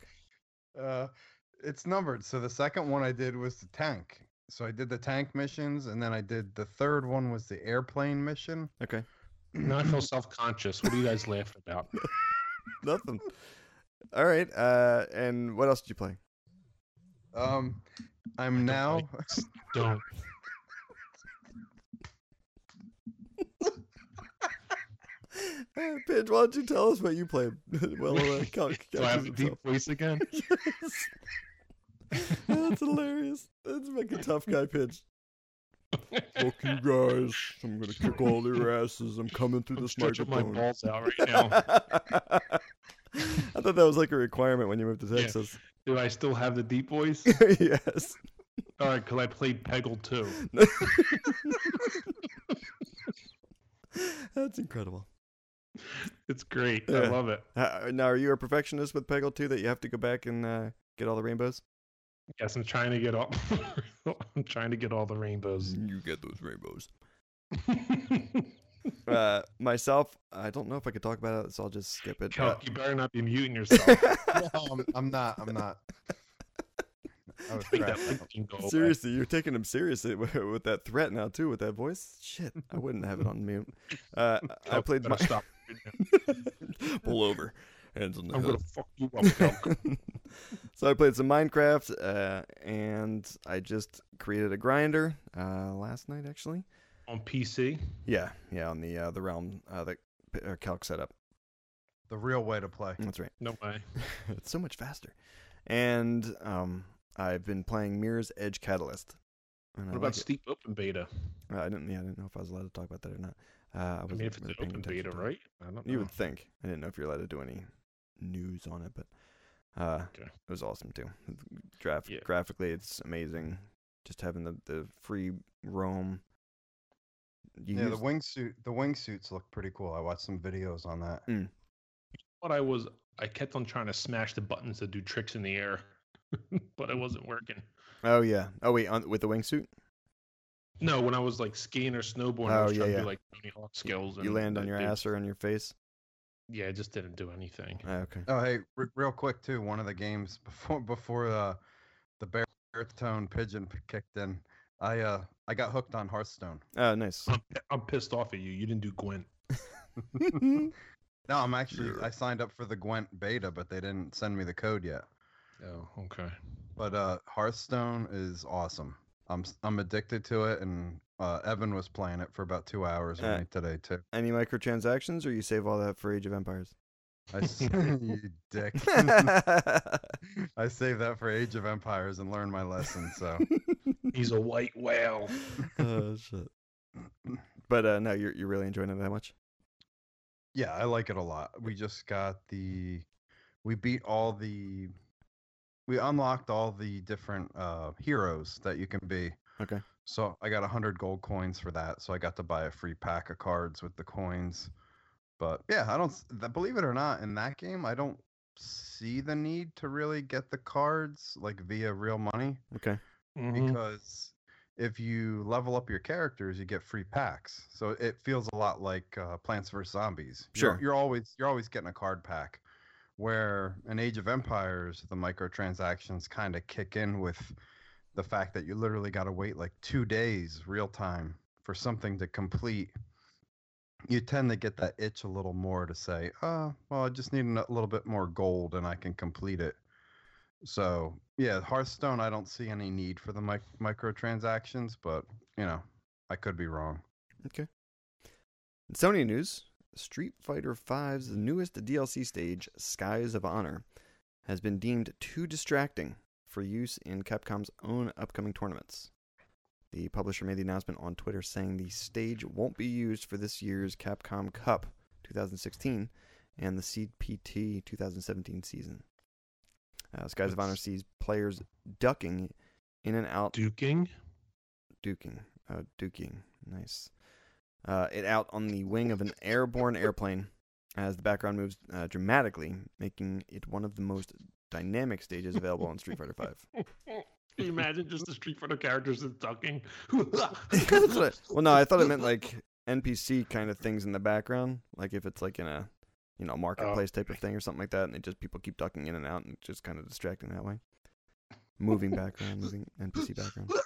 A: Uh, it's numbered. So the second one I did was the tank. So I did the tank missions, and then I did the third one was the airplane mission.
C: Okay,
F: Now I feel self conscious. What are you guys laughing about?
C: nothing. All right. Uh, and what else did you [laughs] play?
A: Um, I'm [laughs] [laughs]
D: [laughs]
A: now.
F: Don't.
C: Uh, Pidge, why don't you tell us what you played? [laughs] well, uh, Kelk.
F: Do I have
C: [laughs]
F: a deep
D: [laughs]
F: voice again?
C: That's hilarious. That's like a tough guy pitch. Fuck you guys. I'm gonna kick all your asses. I'm coming through
F: I'm
C: this
F: stretching my
C: microphone.
F: balls out right now.
C: [laughs] I thought that was like a requirement when you moved to
F: Yeah.
C: Texas. [laughs]
F: Do I still have the deep voice?
C: yes.
F: All right, because I played Peggle too.
C: That's incredible.
F: It's great.
C: Yeah.
F: I love it.
C: Uh, now, are you a perfectionist with Peggle too that you have to go back and uh, get all the rainbows?
F: Yes, I'm trying to get all. [laughs] I'm trying to get all the rainbows.
C: You get those rainbows.
F: [laughs]
C: Uh, myself, I don't know if I could talk about it, so I'll just skip it.
F: Kelk, you better not be
C: [laughs]
F: muting yourself. I
C: Uh,
A: no, I'm, um, I'm not. I'm not. I was
F: think that
A: cracking up.
F: link can go away.
C: Seriously, you're taking him seriously [laughs] with, with that threat now too, with that voice. Shit, I wouldn't have it on mute. Uh, I
F: Kelk,
C: played
F: better
C: my
F: Stop.
C: [laughs] pull over, hands on the [laughs]
F: I'm gonna
C: hood.
F: fuck you up, Kelk.
C: [laughs] so I played some Minecraft, uh, and I just created a grinder uh, last night actually.
F: on PC.
C: Yeah, yeah, on the uh, the realm uh, that uh, Calc set up.
A: The real way to play.
C: That's right. [laughs]
F: No way.
C: it's so much faster. And um, I've been playing Mirror's Edge Catalyst. And I
F: What about
C: like it.
F: Steep Open Beta?
C: Uh, I didn't. Yeah, I didn't know if I was allowed to talk about that or not. Uh, I
F: I
C: was
F: mean, if it's an open beta, right? I don't know.
C: You
D: Um,
C: would think. I didn't know if you're allowed to do any news on it, but uh,
F: Okay.
C: it was awesome too. Graph-
F: Yeah.
C: Graphically, it's amazing. Just having the, the free roam. You
A: Yeah, the
C: use-
A: wingsuit. The wingsuits look pretty cool. I watched some videos on that.
F: What I was, I kept on trying to smash the buttons to do tricks in the air, [laughs] but it wasn't working.
C: oh yeah. Oh wait, on, with the wingsuit,
F: No, when I was like skiing or snowboarding, I
C: Oh,
F: was
C: yeah,
F: trying to
C: yeah.
F: do like Tony Hawk skills. And
C: you land on
F: it
C: your
F: did-
C: ass or on your face.
F: Yeah, it just didn't do anything.
C: Ah, okay.
A: Oh, hey, r- real quick too. One of the games [laughs] before before uh, the baritone pigeon p- kicked in, I uh I got hooked on Hearthstone.
C: Oh, nice. [laughs]
F: I'm, I'm pissed off at you. You didn't do Gwent.
A: no, I'm actually
C: Yeah.
A: I signed up for the Gwent beta, but they didn't send me the code yet.
F: Oh, okay.
A: But uh, Hearthstone is awesome. I'm s- I'm addicted to it, and uh, Evan was playing it for about two hours with
C: Uh,
A: me today too.
C: Any microtransactions, or you save all that for Age of Empires? [laughs]
A: I s- you dick. [laughs] I saved that for Age of Empires and learned my lesson. So
F: He's a white whale.
C: oh shit. But uh, no, you're you're really enjoying it that much.
A: yeah, I like it a lot. We just got the we beat all the we unlocked all the different uh heroes that you can be.
C: Okay.
A: So I got 100 gold coins for that. So I got to buy a free pack of cards with the coins. But yeah, I don't s- th- believe it or not in that game I don't see the need to really get the cards like via real money
C: Okay.
D: Mm-hmm.
C: Mm-hmm.
F: Mhm.
A: because if you level up your characters, you get free packs. So it feels a lot like uh, Plants vs Zombies. You're-
C: Sure.
A: you're, always you're always getting a card pack. Where in Age of Empires, the microtransactions kind of kick in with the fact that you literally got to wait like two days real time for something to complete. You tend to get that itch a little more to say, "Uh, well, I just need a little bit more gold and I can complete it." So yeah, Hearthstone. I don't see any need for the mic- microtransactions, but you know, I could be wrong.
C: In Sony news, Street Fighter V's newest DLC stage, Skies of Honor, has been deemed too distracting for use in Capcom's own upcoming tournaments. The publisher made the announcement on Twitter saying the stage won't be used for this year's Capcom Cup 2016 and the CPT 2017 season. Uh, Skies of Honor
F: What's-
C: sees players ducking in and out
F: Duking.
C: duking. Oh, duking. Nice. Uh, it out on the wing of an airborne airplane as the background moves uh, dramatically, making it one of the most dynamic stages available on Street Fighter Five.
F: Can you imagine just the Street Fighter characters
C: [laughs]
F: and ducking?
C: That's what I- [laughs] well, no, I thought it meant like NPC kind of things in the background, like if it's like in a you know marketplace type of thing or something like that, and it just people keep ducking in and out and it's just kind of distracting that way. Moving background, moving NPC background. [laughs]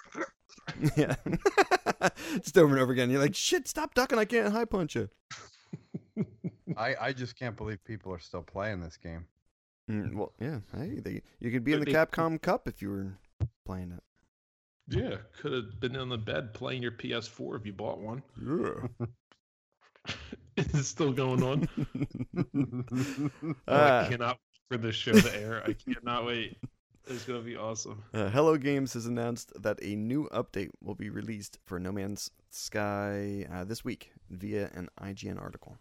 C: Yeah. [laughs] just over and over again. You're like, shit, stop ducking. I can't high punch you.
A: I I just can't believe people are still playing this game.
C: Mm, well, yeah. Hey, they, you could be in the
F: Could be.
C: Capcom Cup if you were playing it.
F: [laughs] yeah, could have been on the bed playing your PS4 if you bought one. [laughs]
C: Yeah. [laughs]
F: it's still going on. I
C: uh,
F: cannot wait for this show to air. I cannot wait. It's gonna be awesome.
C: uh, Hello Games has announced that a new update will be released for No Man's Sky uh, this week via an IGN article.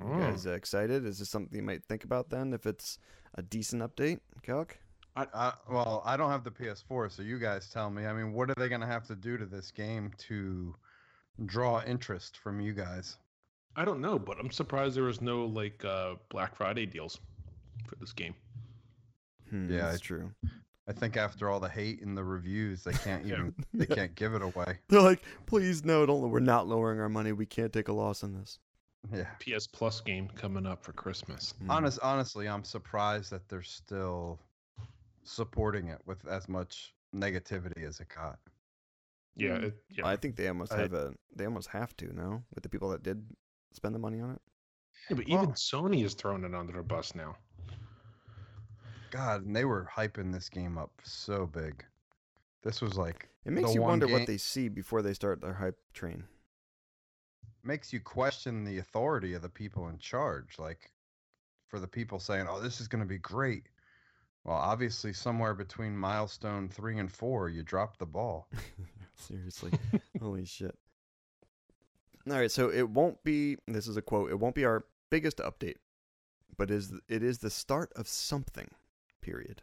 F: Hmm.
A: Hmm.
C: You guys uh, excited? Is this something you might think about then if it's a decent update, Calc?
A: I, I, well, I don't have the PS4, so you guys tell me. I mean, what are they going to have to do to this game to draw interest from you guys?
F: I don't know, but I'm surprised there was no like uh, Black Friday deals for this game.
C: Hmm,
A: Yeah,
C: that's
A: it-
C: true. [laughs]
A: I think after all the hate and the reviews, they can't even they can't give it away.
C: They're like, please no, don't. We're not lowering our money. We can't take a loss on this.
A: Yeah.
F: PS Plus game coming up for Christmas.
C: Hmm.
A: Honest, honestly, I'm surprised that they're still supporting it with as much negativity as it got.
F: Yeah,
B: Mm.
F: it, yeah.
C: Hmm. I think they almost
F: I-
C: have a they almost have to no with the people that did spend the money on it.
F: Yeah, but
A: Well-
F: even Sony is throwing it under the bus now.
A: God, and they were hyping this game up so big. This was like
C: It makes
A: the
C: you
A: one
C: wonder
A: game-
C: what they see before they start their hype train.
A: makes you question the authority of the people in charge. Like for the people saying, "Oh, this is going to be great." Well, obviously, somewhere between milestone three and four, you dropped the ball.
C: [laughs] Seriously, holy shit! All right, so it won't be. This is a quote. It won't be our biggest update, but is th- it is the start of something. Period.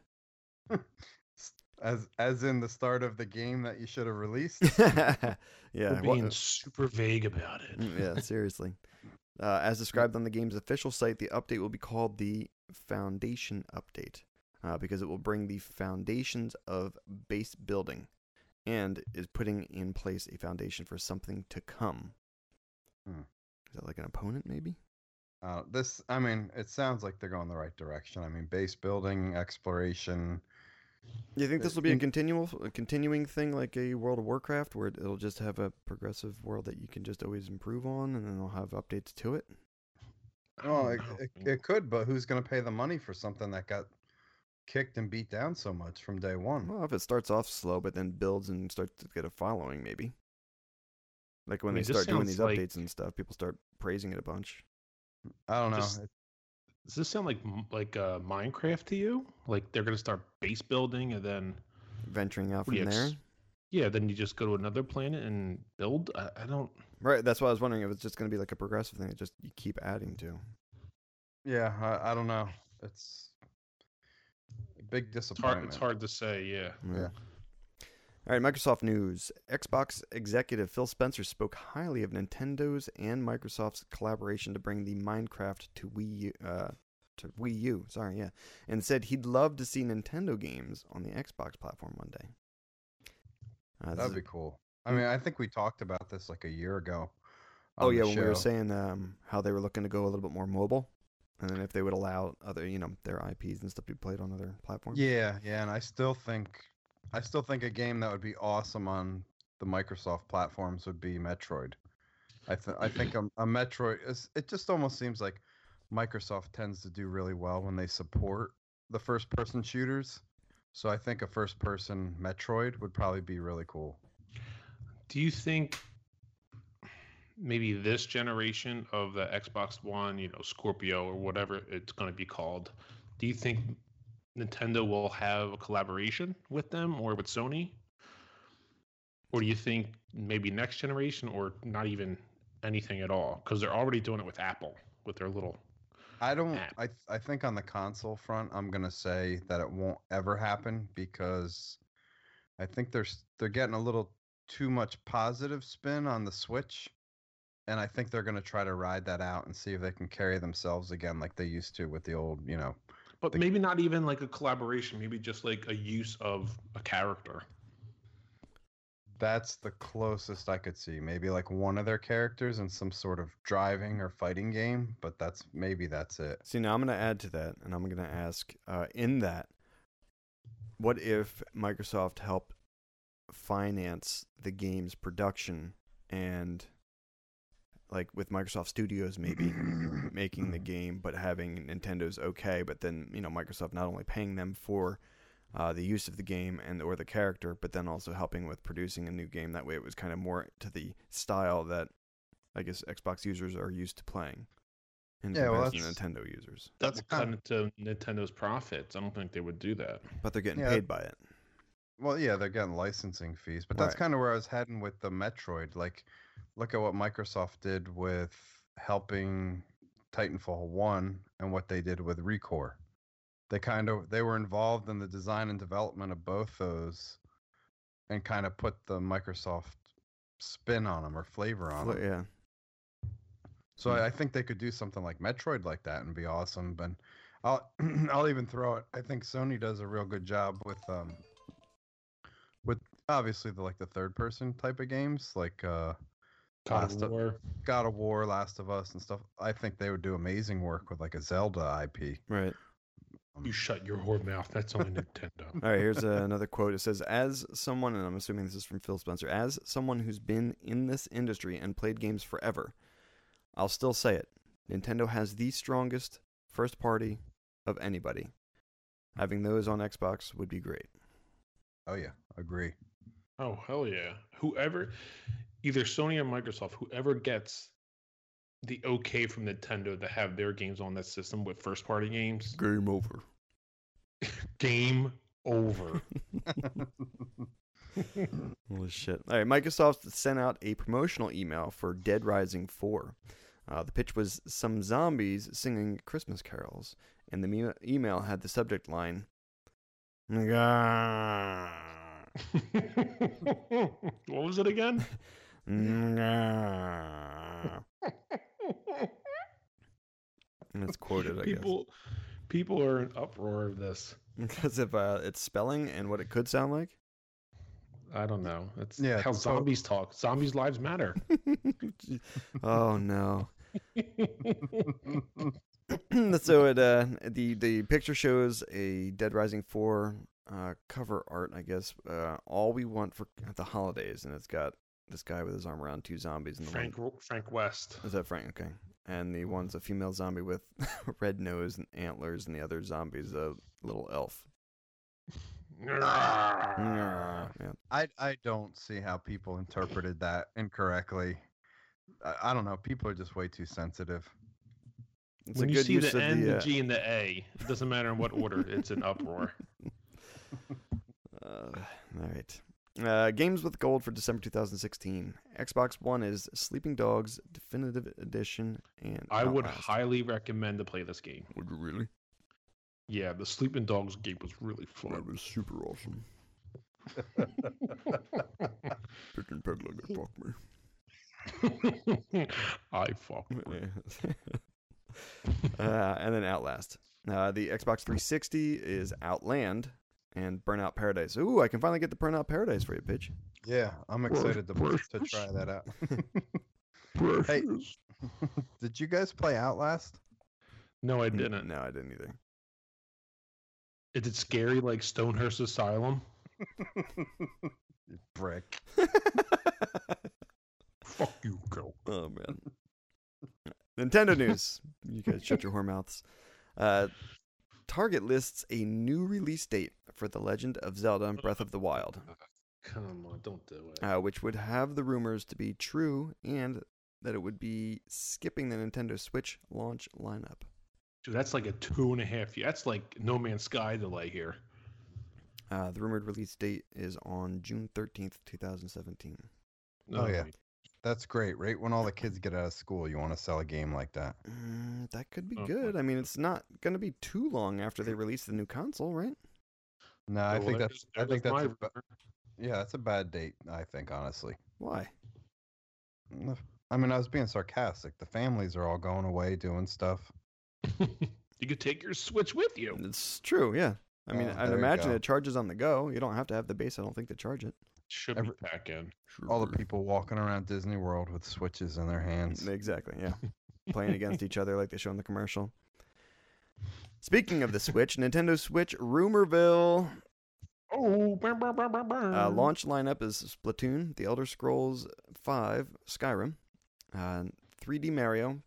A: As as in the start of the game that you should have
C: [laughs]
A: released.
C: yeah.
F: They're
C: what-
F: being super vague about it.
C: Mm, [laughs] yeah, seriously. Uh, as described on the game's official site, the update will be called the Foundation Update uh, because it will bring the foundations of base building and is putting in place a foundation for something to come.
A: Hmm.
C: Is that like an opponent, maybe?
A: Uh, this, I mean, it sounds like they're going the right direction. I mean, base building, exploration.
C: Do you think
A: Uh,
C: this will be a
A: in-
C: continual, a continuing thing like a World of Warcraft, where it'll just have a progressive world that you can just always improve on, and then they'll have updates to it?
D: [laughs]
F: I
A: Oh,
F: don't
A: it,
F: know,
A: it,
F: man.
A: it could, but who's going to pay the money for something that got kicked and beat down so much from day one?
C: Well, if it starts off slow but then builds and starts to get a following, maybe. Like when
F: mean,
C: they
F: this
C: start doing
F: sounds
C: these
F: like-
C: updates and stuff, people start praising it a bunch.
A: I don't know.
F: just-
A: It-
F: Does this sound like m- like uh, Minecraft to you? Like they're gonna start base building and then
C: Venturing out from
F: What do you
C: there.
F: ex- yeah, then you just go to another planet and build. I, I don't.
C: Right, that's why I was wondering if it's just going to be like a progressive thing, it just you keep adding to.
A: yeah, I, I don't know. It's a big
F: It's hard.
A: disappointment.
F: It's hard to say. Yeah.
A: Yeah.
C: All right, Microsoft news. Xbox executive Phil Spencer spoke highly of Nintendo's and Microsoft's collaboration to bring the Minecraft to Wii U, uh, to Wii U. Sorry, yeah, and said he'd love to see Nintendo games on the Xbox platform one day. Uh, this
A: That'd
C: is-
A: be cool. I
C: Mm.
A: mean, I think we talked about this like a year ago.
C: Oh
A: on the
C: yeah, when we were
A: show.
C: saying um, how they were looking to go a little bit more mobile, and then if they would allow other, you know, their IPs and stuff to be played on other platforms.
A: Yeah, yeah, and I still think, I still think a game that would be awesome on the Microsoft platforms would be Metroid. I th- I think a, a Metroid is. It just almost seems like Microsoft tends to do really well when they support the first person shooters. So I think a first person Metroid would probably be really cool.
D: Do you think maybe this generation of the Xbox One, you know, Scorpio or whatever it's going to be called, do you think Nintendo will have a collaboration with them or with Sony? Or do you think maybe next generation or not even anything at all? Because they're already doing it with Apple with their little.
A: I don't.
D: Yeah.
A: I I think on the console front, I'm gonna say that it won't ever happen because I think they're s- they're getting a little too much positive spin on the Switch, and I think they're gonna try to ride that out and see if they can carry themselves again like they used to with the old, you know.
D: But
A: The-
D: maybe not even like a collaboration, maybe just like a use of a character.
A: That's the closest I could see. Maybe like one of their characters in some sort of driving or fighting game, but that's maybe that's it.
C: See, now I'm going to add to that, and I'm going to ask uh, in that, what if Microsoft helped finance the game's production and, like, with Microsoft Studios maybe making the game, but having Nintendo's okay, but then you know Microsoft not only paying them for uh, the use of the game and or the character, but then also helping with producing a new game. That way, it was kind of more to the style that I guess Xbox users are used to playing. In
A: Yeah, well,
C: comparison to Nintendo users.
A: That's
D: that would cut into Nintendo's profits. I don't think they would do that.
C: But they're getting
A: Yeah.
C: paid by it.
A: Well, yeah, they're getting licensing fees, but that's
C: Right.
A: kind of where I was heading with the Metroid. Like, look at what Microsoft did with helping Titanfall One, and what they did with Recore. They kind of they were involved in the design and development of both those, and kind of put the Microsoft spin on them or flavor on
C: Fla-
A: them.
C: yeah.
A: So
D: Hmm.
A: I, I think they could do something like Metroid like that and be awesome. But I'll [clears throat] I'll even throw it. I think Sony does a real good job with um with obviously the like the third person type of games like uh
D: God
A: Last
D: of
A: of-
D: War.
A: God of War, Last of Us, and stuff. I think they would do amazing work with like a Zelda Um, IP.
C: Right.
D: You shut your whore mouth. That's only Nintendo.
C: All right. Here's [laughs] uh, another quote. It says, "As someone, and I'm assuming this is from Phil Spencer, as someone who's been in this industry and played games forever, I'll still say it. Nintendo has the strongest first party of anybody. Having those on Xbox would be great.
A: Oh yeah, agree.
D: [laughs] Oh hell yeah! Whoever, either Sony or Microsoft, whoever gets the okay from Nintendo to have their games on that system with first party games,
C: Game over.
D: game [laughs] over.
C: Holy shit. All right, Microsoft sent out a promotional email for Dead Rising 4. Uh, the pitch was some zombies singing Christmas carols, and the me- email had the subject line. "Nga-
D: what was it [laughs] again?
C: nga." And it's quoted, I [laughs]
D: people, people are in uproar of this.
C: guess. Because of uh, its spelling and what it could sound like. [laughs]
D: I don't know. That's
A: Yeah,
D: how
A: so-
D: zombies talk. Zombies' lives [laughs] matter.
C: oh, no. [clears throat] so it uh the the picture shows a Dead Rising four uh cover art I guess uh all we want for the holidays and it's got this guy with his arm around two zombies and the
D: Frank Frank
C: [laughs]
D: West.
C: one, is that Frank okay and the one's a female zombie with [laughs] red nose and antlers and the other zombie's a little elf Hmm. yeah.
A: I I don't see how people interpreted that incorrectly. I, I don't know. People are just way too sensitive.
C: it's
D: when
C: a
D: you
C: good
D: see
C: use
D: the
C: of
D: N, the
C: uh,
D: G, and the A, it doesn't matter in what order, it's an
C: [laughs]
D: uproar.
C: Uh, all right. Uh, games with gold for December 2016. Xbox One is Sleeping Dogs Definitive Edition, and
D: I would
C: Outlast.
D: highly recommend to play this game.
C: Would you really?
D: Yeah, the Sleeping Dogs game was really fun.
C: was super
D: [laughs]
C: awesome. Chicken pig like fuck me.
D: [laughs] I fuck. with it.
C: [laughs] uh, and then Outlast. Uh, the Xbox 360 is Outland and Burnout Paradise. Ooh, I can finally get the Burnout Paradise for you, bitch.
A: Yeah, I'm excited to to
D: precious.
A: try that out. [laughs] Hey. Did you guys play Outlast?
D: No, I didn't.
C: No, I didn't either.
D: Is it scary like Stonehurst Asylum?
A: You Brick.
D: Fuck you, go.
C: Oh man. [laughs] Nintendo news. You guys shut your whore mouths. Uh, Target lists a new release date for The Legend of Zelda and Breath of the Wild,
D: Come on, don't do it.
C: uh, which would have the rumors to be true and that it would be skipping the Nintendo Switch launch lineup.
D: Dude, that's like a two and a half year. That's like No Man's Sky delay here.
C: Uh, the rumored release date is on June 13th, 2017.
A: Oh,
D: Um,
A: yeah. That's great. Right when all the kids get out of school, you want to sell a game like that.
C: Mm, that could be
D: Oh,
C: good.
D: okay.
C: I mean, it's not going to be too long after they release the new console, right?
A: No, I
D: Well,
A: think
D: there
A: that's
D: goes-
A: I
D: there
A: think
D: goes
A: that's
D: my
A: a, ba-
D: rumor.
A: yeah, that's a bad date. I think honestly.
C: Why?
A: Mm, I mean, I was being sarcastic. The families are all going away doing stuff.
D: [laughs] you could take your Switch with you.
C: It's true, yeah. I mean,
A: Oh,
C: I'd
A: there you
C: imagine
A: go.
C: it charges on the go. You don't have to have the base, I don't think, to charge it.
D: Should
A: Every-
D: be back in.
A: All the people walking around Disney World with switches in their hands.
C: Exactly,
A: [laughs]
C: yeah. Playing against each other like they show in the commercial. Speaking
A: [laughs]
C: of the Switch, Nintendo Switch Rumorville.
D: Oh, burr, burr, burr, burr,
C: Uh,
D: burr.
C: launch lineup is Splatoon, The Elder Scrolls 5, Skyrim, uh, 3D Mario,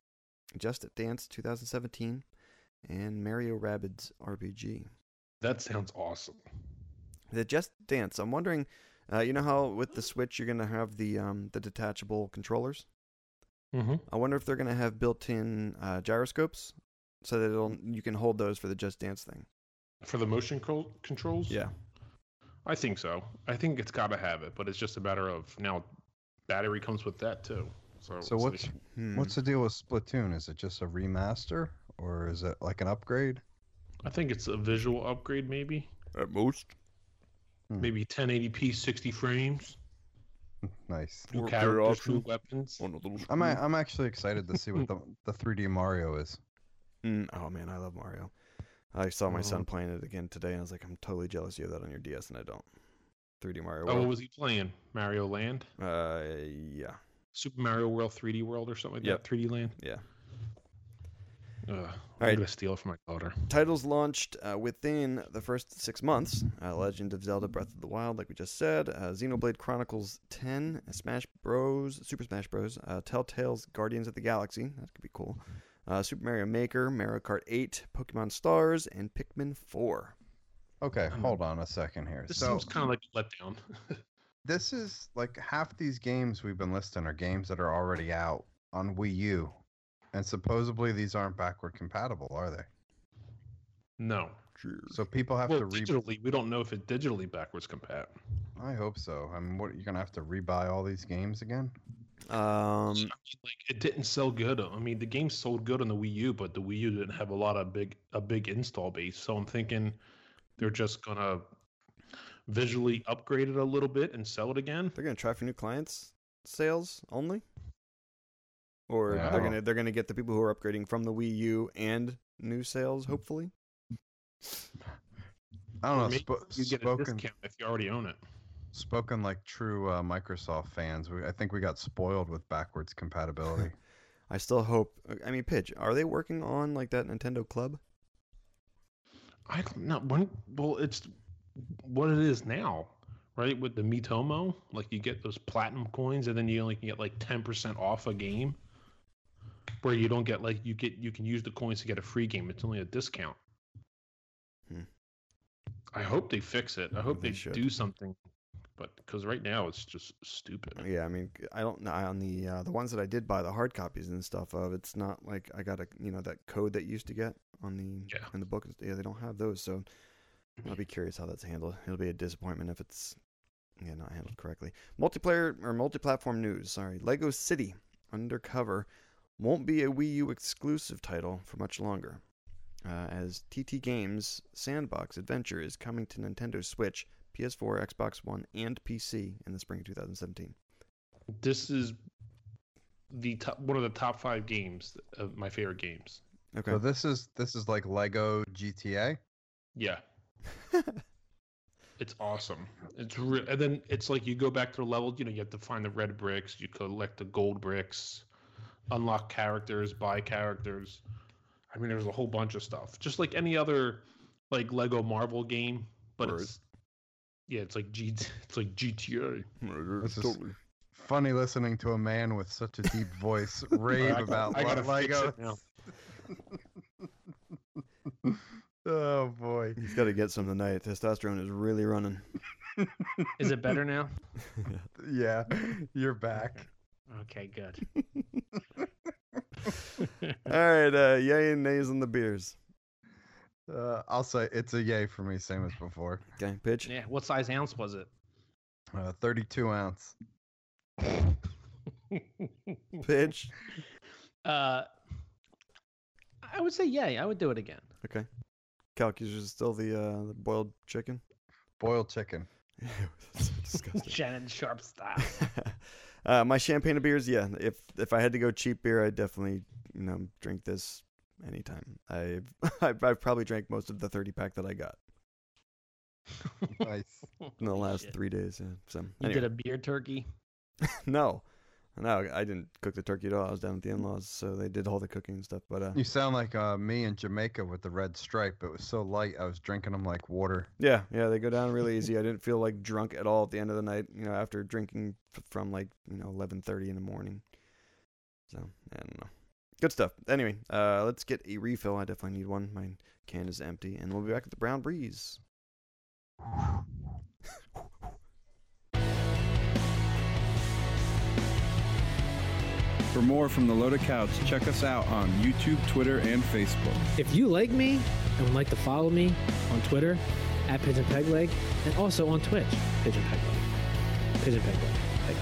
C: Just Dance 2017, and Mario Rabbids RPG.
D: That sounds awesome.
C: The Just Dance. I'm wondering, uh, you know how with the Switch you're gonna have the um, the detachable controllers.
D: Mm-hmm.
C: I wonder if they're gonna have built-in uh, gyroscopes so that it'll you can hold those for the Just Dance thing.
D: For the motion co- controls? I think so. I think it's got to have it, but it's just a matter of now battery comes with that too. So,
A: So
D: it's
A: what's
D: like-
C: Hmm.
A: what's the deal with Splatoon? Is it just a remaster or is it like an upgrade?
D: I think it's a visual upgrade maybe.
C: at most?
A: Hmm.
D: Maybe 1080p 60 frames.
A: Nice.
D: New
C: Or better
D: characters, new
C: options.
D: weapons.
C: On a little.
A: I'm
D: Mm.
A: a- I'm actually excited to see what the the 3D Mario is.
C: Mm, oh man, I love Mario. I saw my son
D: Oh.
C: playing it again today, and I was like, I'm totally jealous you have that on your DS, and I don't. 3D Mario.
D: Oh,
C: World.
D: what was he playing? Mario Land?
C: Uh, yeah,
D: Super Mario World 3D World or something like
C: Yep.
D: that? 3D Land?
C: yeah.
D: Ugh, I'm
C: right.
D: going to steal it from my daughter.
C: Titles launched uh, within the first six months: uh, Legend of Zelda: Breath of the Wild, like we just said, uh, Xenoblade Chronicles 10, Smash Bros, Super Smash Bros, uh, Telltale's Guardians of the Galaxy. That could be cool. Uh, Super Mario Maker, Mario Kart 8, Pokemon Stars, and Pikmin 4.
A: Okay,
D: Um,
A: hold on a second here.
D: This
A: so
D: seems kind of like a letdown. [laughs]
A: this is like half these games we've been listing are games that are already out on Wii U, and supposedly these aren't backward compatible, are they?
D: no.
A: So people have
D: Well,
A: to re.
D: digitally, we don't know if it digitally backwards compat.
A: I hope so. I mean, what you're gonna have to rebuy all these games again?
C: Um,
D: I mean, like it didn't sell good. I mean, the game sold good on the Wii U, but the Wii U didn't have a lot of big a big install base. So I'm thinking they're just gonna visually upgrade it a little bit and sell it again.
C: They're gonna try for new clients sales only, or
A: Yeah, I
C: they're
A: don't-
C: gonna they're gonna get the people who are upgrading from the Wii U and new sales. Hopefully,
A: I don't
D: Or
A: know.
D: maybe
A: Spo-
D: you get a
A: spoken,
D: discount if you already own it.
A: spoken like true uh, Microsoft fans. We, I think we got spoiled with backwards
D: [laughs]
A: compatibility.
C: I still hope. I mean, Pitch, are they working on like that Nintendo Club?
D: I don't know. When, well, it's what it is now, right? With the Mitomo, like you get those platinum coins, and then you only can get like ten percent off a game, where you don't get like you get you can use the coins to get a free game. It's only a discount.
C: Hmm.
D: I hope they fix it. I hope
C: They
D: they,
C: should.
D: do something, but because right now it's just stupid.
C: Yeah, I mean, I don't know on the uh, the ones that I did buy the hard copies and stuff of. It's not like I got a you know that code that you used to get on the
D: Yeah. Mm-hmm.
C: in the book. Yeah, they don't have those, so I'll be curious how that's handled. It'll be a disappointment if it's yeah not handled correctly. Multiplayer or multi-platform news. Sorry, Lego City Undercover won't be a Wii U exclusive title for much longer, uh, as TT Games Sandbox Adventure is coming to Nintendo Switch, PS4, Xbox One, and PC in the spring of 2017.
D: This is the top, one of the top five games of my favorite games.
C: Okay.
A: so this is this is like Lego GTA.
D: Yeah. It's awesome. It's re- and then it's like you go back to the level. You know, you have to find the red bricks. You collect the gold bricks, unlock characters, buy characters. I mean, there's a whole bunch of stuff, just like any other like Lego Marvel game, but
C: Right.
D: it's yeah, it's like G, [laughs] it's like GTA.
A: This is funny listening to a man with such a deep voice
D: [laughs]
A: rave
D: I gotta-
A: about
D: I gotta
A: Lego.
D: fix it now.
A: Oh boy.
C: [laughs] He's got to get some tonight. Testosterone is really running.
D: Is it better now?
G: [laughs]
A: Yeah, you're back.
D: Okay, good.
C: [laughs] All right, uh, yay and nays on the beers.
A: Uh, I'll say it's a yay for me, same as before.
C: Okay, pitch.
D: yeah, what size ounce was [laughs] it?
A: Uh, 32 ounce.
C: Pitch.
D: uh, I would say yay. I would do
C: [laughs]
D: it again.
C: Okay. Calc, is yours still the, uh, the boiled chicken? [laughs]
A: Boiled chicken.
C: Ew, that's so
D: [laughs]
C: disgusting. [laughs]
D: Shannon Sharp style.
C: uh, my champagne and beers, yeah. If if I had to go cheap beer, I'd definitely you know drink this anytime. I've [laughs] I've, I've probably drank most of the thirty pack that I got
G: [laughs]
A: Nice.
C: in the last
D: Shit.
C: three days. Yeah. So
D: You
C: anyway.
D: did a beer turkey.
C: no, no, I didn't cook the turkey at all. I was down at the in-laws, so they did all the cooking and stuff. But uh,
A: You sound like uh, me in Jamaica with the red stripe. It was so light, I was drinking them like water.
C: yeah, yeah, they go down really easy. I didn't feel like drunk at all at the end of the night. You know, after drinking f- from like you know eleven thirty in the morning. So I don't know. Good stuff. Anyway, uh, let's get a refill. I definitely need one. My can is empty, and we'll be back at the Brown Breeze.
G: For more from the Loaded Couch, check us out on YouTube, Twitter, and Facebook.
H: If you like me and would like to follow me on Twitter at Pigeon Peg Leg and also on Twitch, Pigeon Peg Leg. Pigeon Peg Leg. Peg,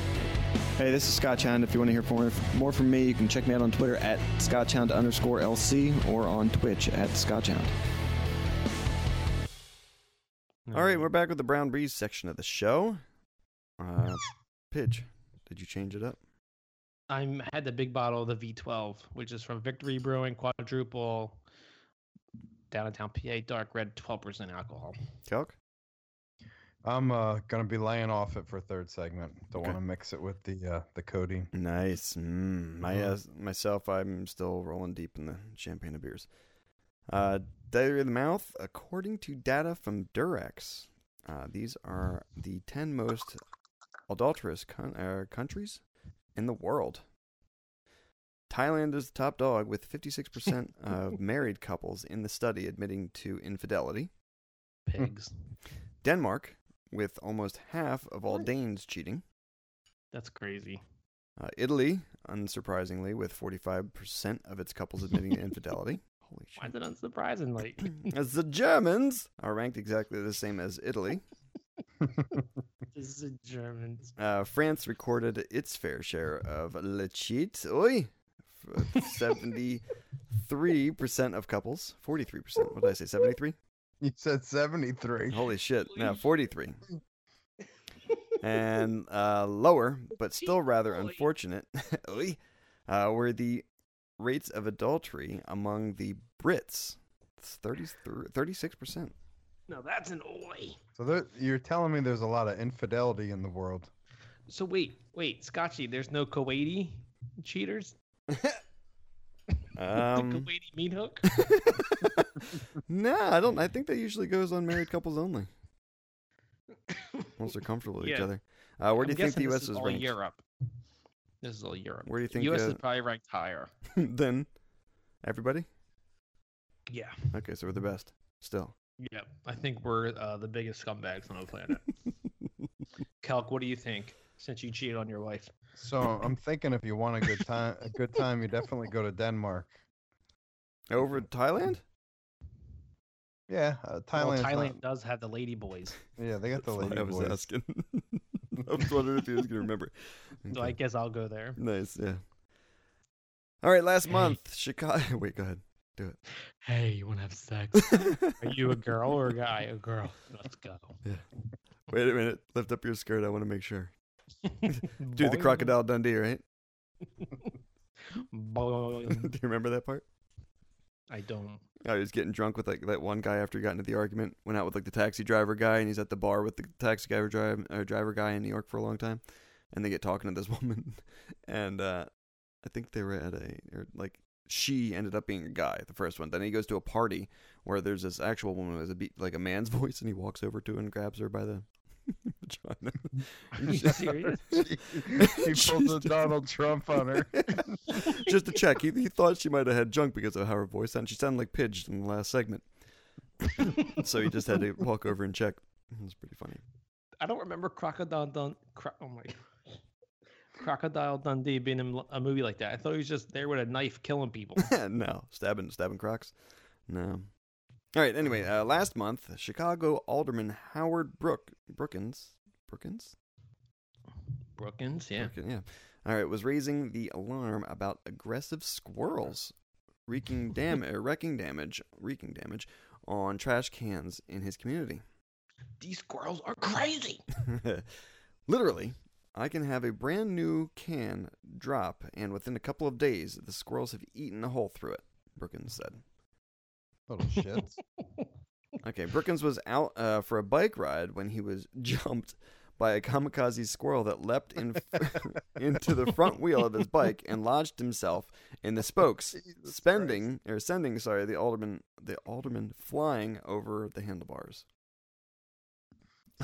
H: Peg.
C: Hey, this is Scott Hound. If you want to hear more, more from me, you can check me out on Twitter at Scotchhound underscore LC or on Twitch at Scotchhound. All right, we're back with the Brown Breeze section of the show. Uh, Pidge, did you change it up?
D: I am had the big bottle of the V12, which is from Victory Brewing Quadruple, downtown PA, dark red, 12% alcohol.
C: Calc?
A: I'm uh, gonna be laying off it for third segment. Don't
C: Okay.
A: want to mix it with the uh, the codeine.
C: Nice. Mm, my, uh, myself, I'm still rolling deep in the champagne of beers. Uh, Diary of the Mouth, according to data from Durex, uh, these are the 10 most adulterous con- uh, countries in the world. Thailand is the top dog with 56% of married couples in the study admitting to infidelity. Hmm.
D: Pigs.
C: Denmark, with almost half of all Danes cheating.
D: That's crazy.
C: Uh, Italy, unsurprisingly, with 45% of its couples admitting to infidelity. Holy
D: Why is
C: shit.
D: it unsurprising? Like,
C: As the Germans are ranked exactly the same as Italy,
D: this is a German.
C: uh, France recorded its fair share of le cheat. Oi! F- 73% of couples. 43%. What did I say? 73?
A: You said 73.
C: Holy shit. No,
D: [laughs]
C: 43. and uh, lower, but still rather unfortunate, [laughs] Oy. uh, were the rates of adultery among the Brits. It's 30, 36%.
D: No, that's an oi.
A: So there, you're telling me there's a lot of infidelity in the world.
D: So wait, wait, Scotchy, there's no Kuwaiti cheaters? the [laughs]
C: Um,
D: Kuwaiti meat hook?
C: no, I don't. I think that usually goes on married couples only.
D: [laughs]
C: Once they're comfortable with each
D: Yeah.
C: other. Uh, where do
D: I'm
C: you think the
D: guessing this
C: U.S. is
D: all
C: ranked?
D: Europe. This is all Europe.
C: Where do you think,
D: U.S.
C: uh, [laughs]
D: is probably ranked higher?
C: then everybody.
D: Yeah.
C: Okay, so we're the best still.
D: Yeah. I think we're uh, the biggest scumbags on the [laughs] planet. Calc, what do you think? Since you cheated on your wife,
A: So I'm thinking if you want a good time, a good time, you definitely go to Denmark.
C: Over Thailand.
A: Yeah, uh,
D: Well,
A: Thailand.
D: Thailand does have the lady boys,
A: yeah, they got the
C: That's what
A: lady
C: I was
A: boys. [laughs]
C: asking. [laughs] I was wondering if he was going to
D: [laughs]
C: remember.
D: so
C: Okay.
D: I guess I'll go there.
C: Nice, yeah. All right,
D: [laughs]
C: last
D: Hey.
C: month, Chicago. [laughs] Wait, go ahead.
D: Hey, you want to have sex? [laughs] Are you a girl or a guy? A girl. Let's go.
C: Wait a minute. Lift up your skirt. I want to make sure. [laughs] Do
D: Dude,
C: the crocodile Dundee, right? [laughs] Do
D: Boing. [laughs]
C: you remember that part?
D: I don't.
C: I was getting drunk with like that one guy after he got into the argument. Went out with like the taxi driver guy, and he's at the bar with the taxi driver drive, uh, driver guy in New York for a long time. And they get talking to this [laughs] woman, and uh, I think they were at a or like she ended up being a guy the first one. Then he goes to a party where there's this actual woman who has a beat, like a man's [laughs] voice, and he walks over to her and grabs her by the [laughs] vagina. [laughs]
D: Are you serious?
A: he pulls a
C: Just-
A: Donald Trump on her.
C: just to check. He, he thought she might have had junk because of how her voice sounded. She sounded like Pidge in the last segment. [coughs] so he just had to walk over and check. It was pretty funny.
D: I don't remember Crocodile Dun. Cro- oh my. God. Crocodile Dundee being in l- a movie like that. I thought he was just there with a knife killing people.
C: [laughs] no, stabbing stabbing crocs. No. All right. Anyway, uh, last month, Chicago alderman Howard Brook Brookins Brookins
D: Brookins, yeah.
C: Brookins, yeah. All right, was raising the alarm about aggressive squirrels
D: [laughs]
C: wreaking dam er, wrecking damage wreaking damage on trash cans in his community. [laughs]
D: These squirrels are crazy.
C: Literally, I can have a brand new can drop, and within a couple of days, the squirrels have eaten a hole through it. Brookins said. [laughs]
A: Little shits.
C: Oh Okay, Brookins was out uh, for a bike ride when he was [laughs] jumped by a kamikaze squirrel that leapt in [laughs] into the front wheel of his bike and lodged himself in the spokes, spending or sending sorry the alderman the alderman flying over the handlebars.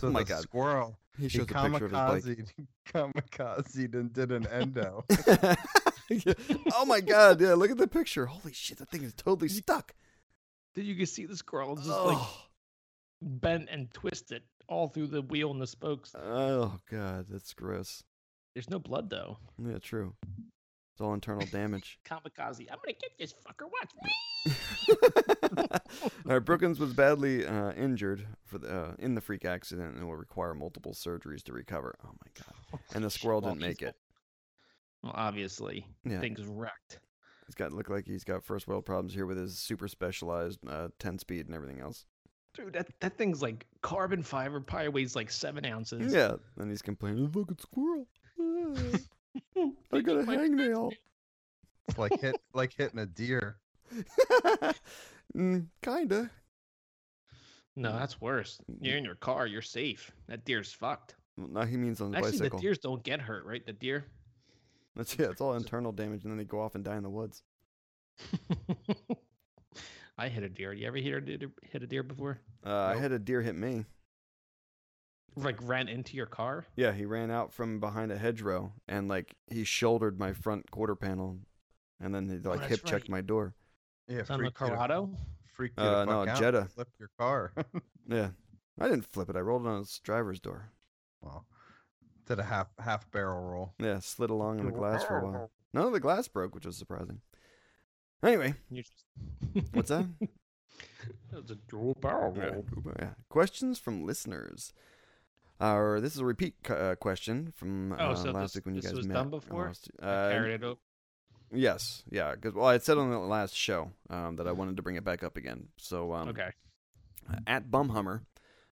A: So
C: oh my
A: the
C: god!
A: squirrel.
C: He
A: He
C: shook a picture of his bike.
A: kamikaze, [laughs] kamikaze, and did an
C: [laughs]
A: endo.
C: Yeah. [laughs] Oh my god! Yeah, look at the picture. Holy shit! That thing is totally stuck.
D: Then you can see the squirrel just like
C: Oh,
D: bent and twisted all through the wheel and the spokes.
C: oh god, that's gross.
D: There's no blood though.
C: Yeah, true. It's all internal damage.
D: Kamikaze. I'm gonna get this fucker. Watch me.
C: uh, Brookins was badly uh, injured for the, uh, in the freak accident and will require multiple surgeries to recover. Oh my god! [laughs] And the squirrel didn't make it.
D: Well, obviously,
C: Yeah.
D: thing's wrecked.
C: He's got look like he's got first world problems here with his super specialized uh, ten speed and everything else.
D: Dude, that, that thing's like carbon fiber. Probably weighs like seven ounces.
C: Yeah, and he's complaining. The fucking squirrel. Ah,
D: Hmm,
C: I got a hangnail.
A: It's like hit, like hitting a deer.
C: [laughs] mm, kinda.
D: No, that's worse.
C: Mm.
D: You're in your car. You're safe. That deer's fucked.
C: No, he means on the
D: Actually,
C: bicycle.
D: the deers don't get hurt, right? The deer. [laughs]
C: That's yeah. It's all internal damage, and then they go off and die in the woods.
D: I hit a deer. You ever hit a deer, hit a deer before?
C: Uh, I had a deer hit me.
D: Like ran into your car?
C: Yeah, he ran out from behind a hedgerow and like he shouldered my front quarter panel, and then he like
D: Oh, that's
C: hip checked
D: right.
C: my door.
A: Yeah,
D: It's on the
A: freaked you the-
D: Corrado.
A: Freaked you
C: Uh,
A: the fuck
C: no,
A: out.
C: Jetta.
A: Flipped your car. [laughs]
C: Yeah, I didn't flip it. I rolled it on its driver's door.
A: well, did a half half barrel roll.
C: Yeah, slid along on the glass for a while. None of the glass broke, which was surprising. Anyway,
D: You're just...
C: what's
D: [laughs]
C: that?
D: That was a dual barrel
C: Yeah.
D: roll.
C: Yeah. Questions from listeners. Or this is a repeat cu- uh, question from uh,
D: Oh, so
C: last
D: this-
C: week when you
D: this
C: guys
D: was
C: met.
D: done
C: uh,
D: before?
C: last-
D: I
C: Uh,
D: carried it over.
C: yes, yeah. Because well, I had said on the last show um, that I wanted to bring it back up again. So um,
D: okay.
C: uh, at Bumhummer,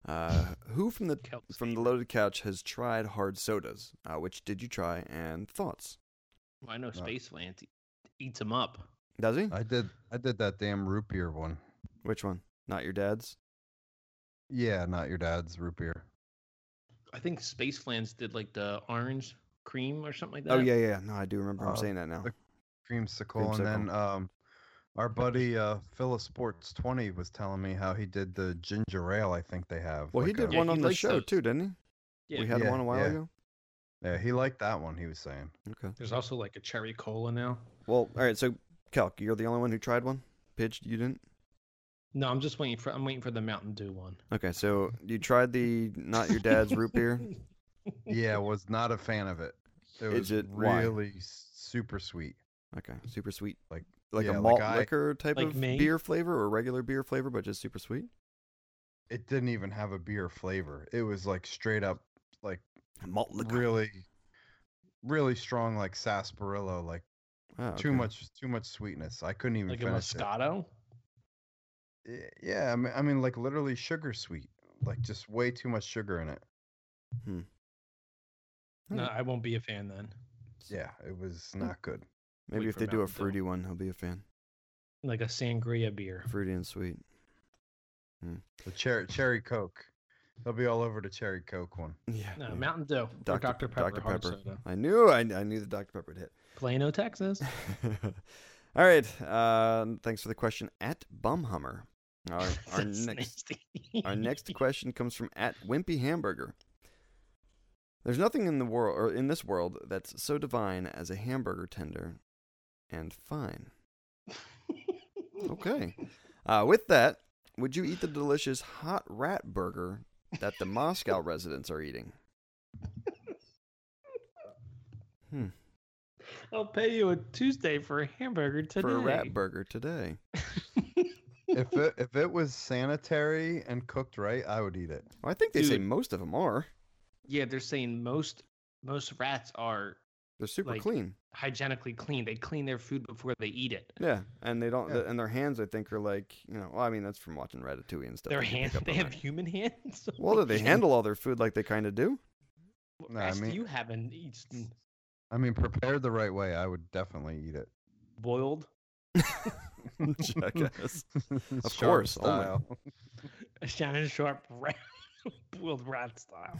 C: uh, who from the
D: Kelp
C: from the loaded couch has tried hard sodas? Uh, which did you try and thoughts?
D: Well, I know Space Lance e- eats him up.
C: Does he?
A: I did I did that damn root beer one.
C: Uh, Which one? Not your dad's.
A: Yeah, not your dad's root beer.
D: I think Space Flans did like the orange cream or something like that.
C: Oh yeah, yeah. yeah. No, I do remember him
A: Uh,
C: saying that now.
A: the- Creamsicle, and then um, our buddy uh, Phyllis Sports Twenty was telling me how he did the ginger ale. I think they have.
C: Well, he
A: like
C: did
A: a-
D: Yeah,
C: one
D: he
C: on the
D: likes
C: show
D: those.
C: too, didn't he?
D: Yeah.
C: We had
A: Yeah,
C: one a while
A: yeah.
C: ago.
A: Yeah, he liked that one. He was saying.
C: Okay.
D: There's also like a cherry cola now.
C: Well, all right. So, Calc, you're the only one who tried one. Pidge, you didn't.
D: No, I'm just waiting for I'm waiting for the Mountain Dew one.
C: Okay, so you tried the not your [laughs] dad's root
D: [laughs]
C: beer. [laughs]
A: Yeah, was not a fan of it. It
C: Is
A: was
C: it- why?
A: really s- super sweet.
C: Okay, super sweet,
A: Like-
C: like
A: yeah,
C: a
A: like
C: malt
A: I-
C: liquor type
D: Like
C: of
D: me?
C: beer flavor or regular beer flavor, but just super sweet.
A: It didn't even have a beer flavor. It was like straight up, like
C: Malt liquor.
A: really, really strong, like sarsaparilla, like
C: Ah,
A: too
C: okay.
A: much, too much sweetness. I couldn't even
D: like a
A: finish it.
D: Moscato.
A: Y- Yeah, I mean, I mean, like literally sugar sweet, like just way too much sugar in it.
C: Hmm.
D: No, I won't be a fan then.
A: Yeah, it was
C: Mm.
A: not good.
C: Maybe
D: Wait
C: if
D: for
C: they do a
D: Mountain Dew.
C: fruity one, he'll be a fan.
D: Like a sangria beer.
C: Fruity and sweet.
A: The cherry cherry coke, they'll be all over the cherry coke one.
C: Yeah.
D: No,
C: yeah.
D: Mountain Dew or Dr. Pepper.
C: Dr.
D: hard
C: Pepper.
D: soda.
C: I knew I, I knew the Dr. Pepper would hit.
D: Plano, Texas. [laughs]
C: [laughs] All right. Um, thanks for the question at Bumhummer.
D: [laughs]
C: Our, our
D: That's
C: next
D: nasty.
C: our next question comes from at Wimpy Hamburger. There's nothing in the world or in this world that's so divine as a hamburger tender
D: [laughs]
C: and fine. Okay. Uh, with that, Would you eat the delicious hot rat burger that the Moscow residents are eating? Hmm.
D: I'll pay you a Tuesday for a hamburger today.
C: For a rat burger today.
A: if
C: [laughs]
A: it if it was sanitary and cooked right, I would eat it.
C: Well, I think they say
D: Dude.
C: most of them are.
D: yeah, they're saying most most rats are
C: They're super
D: Like-
C: clean.
D: hygienically clean. They clean their food before they eat it.
C: Yeah, and they don't.
A: Yeah.
C: And their hands, I think, are like you know. Well, I mean, that's from watching Ratatouille and stuff.
D: their
C: you can pick
D: hands,
C: up
D: [laughs] they
C: on
D: have
C: that.
D: human hands. [laughs]
C: Well, do they handle all their food like they kind of do?
D: What
A: Nah, I
D: rats do
A: mean-
D: you have in eaten?
A: I mean, prepared the right way, I would definitely eat it. [laughs]
D: Boiled?
C: [laughs] Jackass. Of
A: Shark
C: course, only. [laughs]
A: style.
D: Shannon Sharp rat, boiled rat style.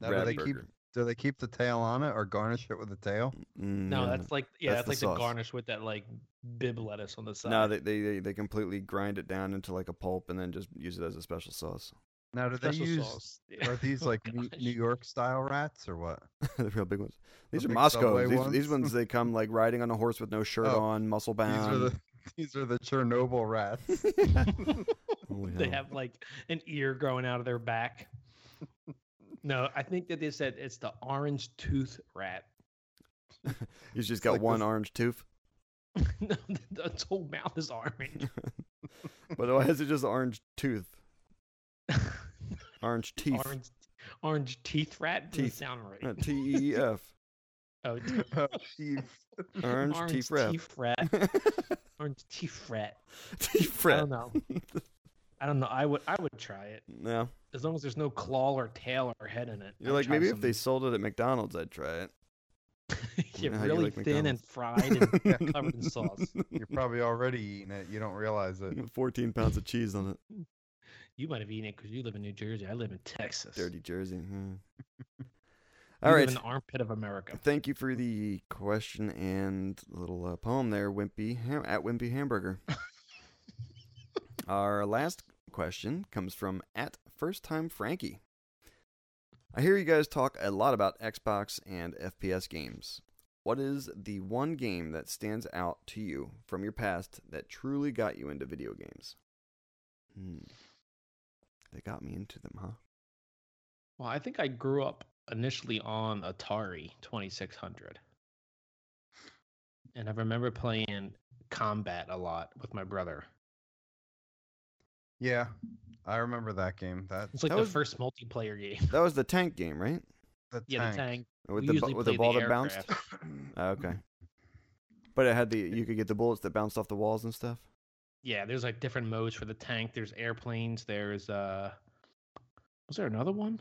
A: Now, do
C: Rat
A: they keep
C: burger.
A: do they keep the tail on it or garnish it with the tail?
C: Mm,
D: No,
C: yeah.
D: that's like yeah,
C: That's
D: that's,
C: the
D: like
C: sauce.
D: the garnish with that like bib lettuce on the side.
C: no. They, they they they completely grind it down into like a pulp and then just use it as a special sauce. [laughs]
A: Now do they
D: Special
A: use
D: sauce.
A: are these
D: Oh,
A: like New,
D: gosh.
A: New York style rats or what?
C: the real big ones. These are
A: big
C: Moscow.
A: Subway
C: These, these
A: ones.
C: ones they come like riding on a horse with no shirt
A: Oh,
C: on, muscle bound.
A: These are the [laughs] these are the Chernobyl
C: [laughs]
A: rats. [laughs]
C: Holy
D: they
C: hell.
D: have like an ear growing out of
C: [laughs]
D: their back. No, I think that they said it's the orange tooth rat. [laughs]
C: He's just
A: it's
C: got
A: like
C: one
A: this-
C: orange tooth.
D: no, the- its whole mouth is orange.
C: But why is it just orange tooth? Orange teeth.
D: orange, orange teeth rat doesn't
C: Teeth.
D: sound
C: Uh,
D: right.
C: T E E
D: [laughs]
C: F.
D: Oh,
A: Oh, jeez.
C: Orange, teeth rep.
D: rat. Orange teeth rat.
C: [laughs] teeth
D: I
C: rep.
D: don't know. I don't know. I would I would try it
C: No.
D: as long as there's no claw or tail or head in it.
C: You're
D: I'd
C: like,
D: try
C: maybe
D: [laughs]
C: if they
D: some-
C: sold it at McDonald's, I'd try it.
D: get
C: know how you
D: really
C: like
D: thin and
C: McDonald's.
D: fried
C: [laughs]
D: and covered in sauce,
A: You're probably already eating it. You don't realize it.
C: 14 pounds of cheese on it.
D: you might have eaten it because you live in New Jersey. I live in Texas.
C: Dirty Jersey.
D: [laughs]
C: hmm.
D: You
C: All
D: live
C: right.
D: in the armpit of America.
C: Thank you for the question and little uh, poem there, Wimpy Ham- at Wimpy
D: [laughs]
C: Hamburger. Our last question comes from at First Time Frankie. I hear you guys talk a lot about Xbox and FPS games. What is the one game that stands out to you from your past that truly got you into video games? Hmm. They got me into them, huh?
D: Well, I think I grew up initially on Atari 2600. And I remember playing combat a lot with my brother.
A: Yeah, I remember that game. That
D: It's like
C: That
D: the
C: was-
D: first multiplayer game.
C: That was the tank game, right?
A: the
D: Yeah,
A: tank.
D: the tank.
C: With
D: We
C: the bu-
D: usually
C: with the
D: play the
C: ball that bounced.
D: aircraft.
C: [clears throat]
D: [laughs]
C: Oh, okay. But it had the you could get the bullets that bounced off the walls and stuff.
D: Yeah, there's like different modes for the tank. There's airplanes. There's uh, was there another one?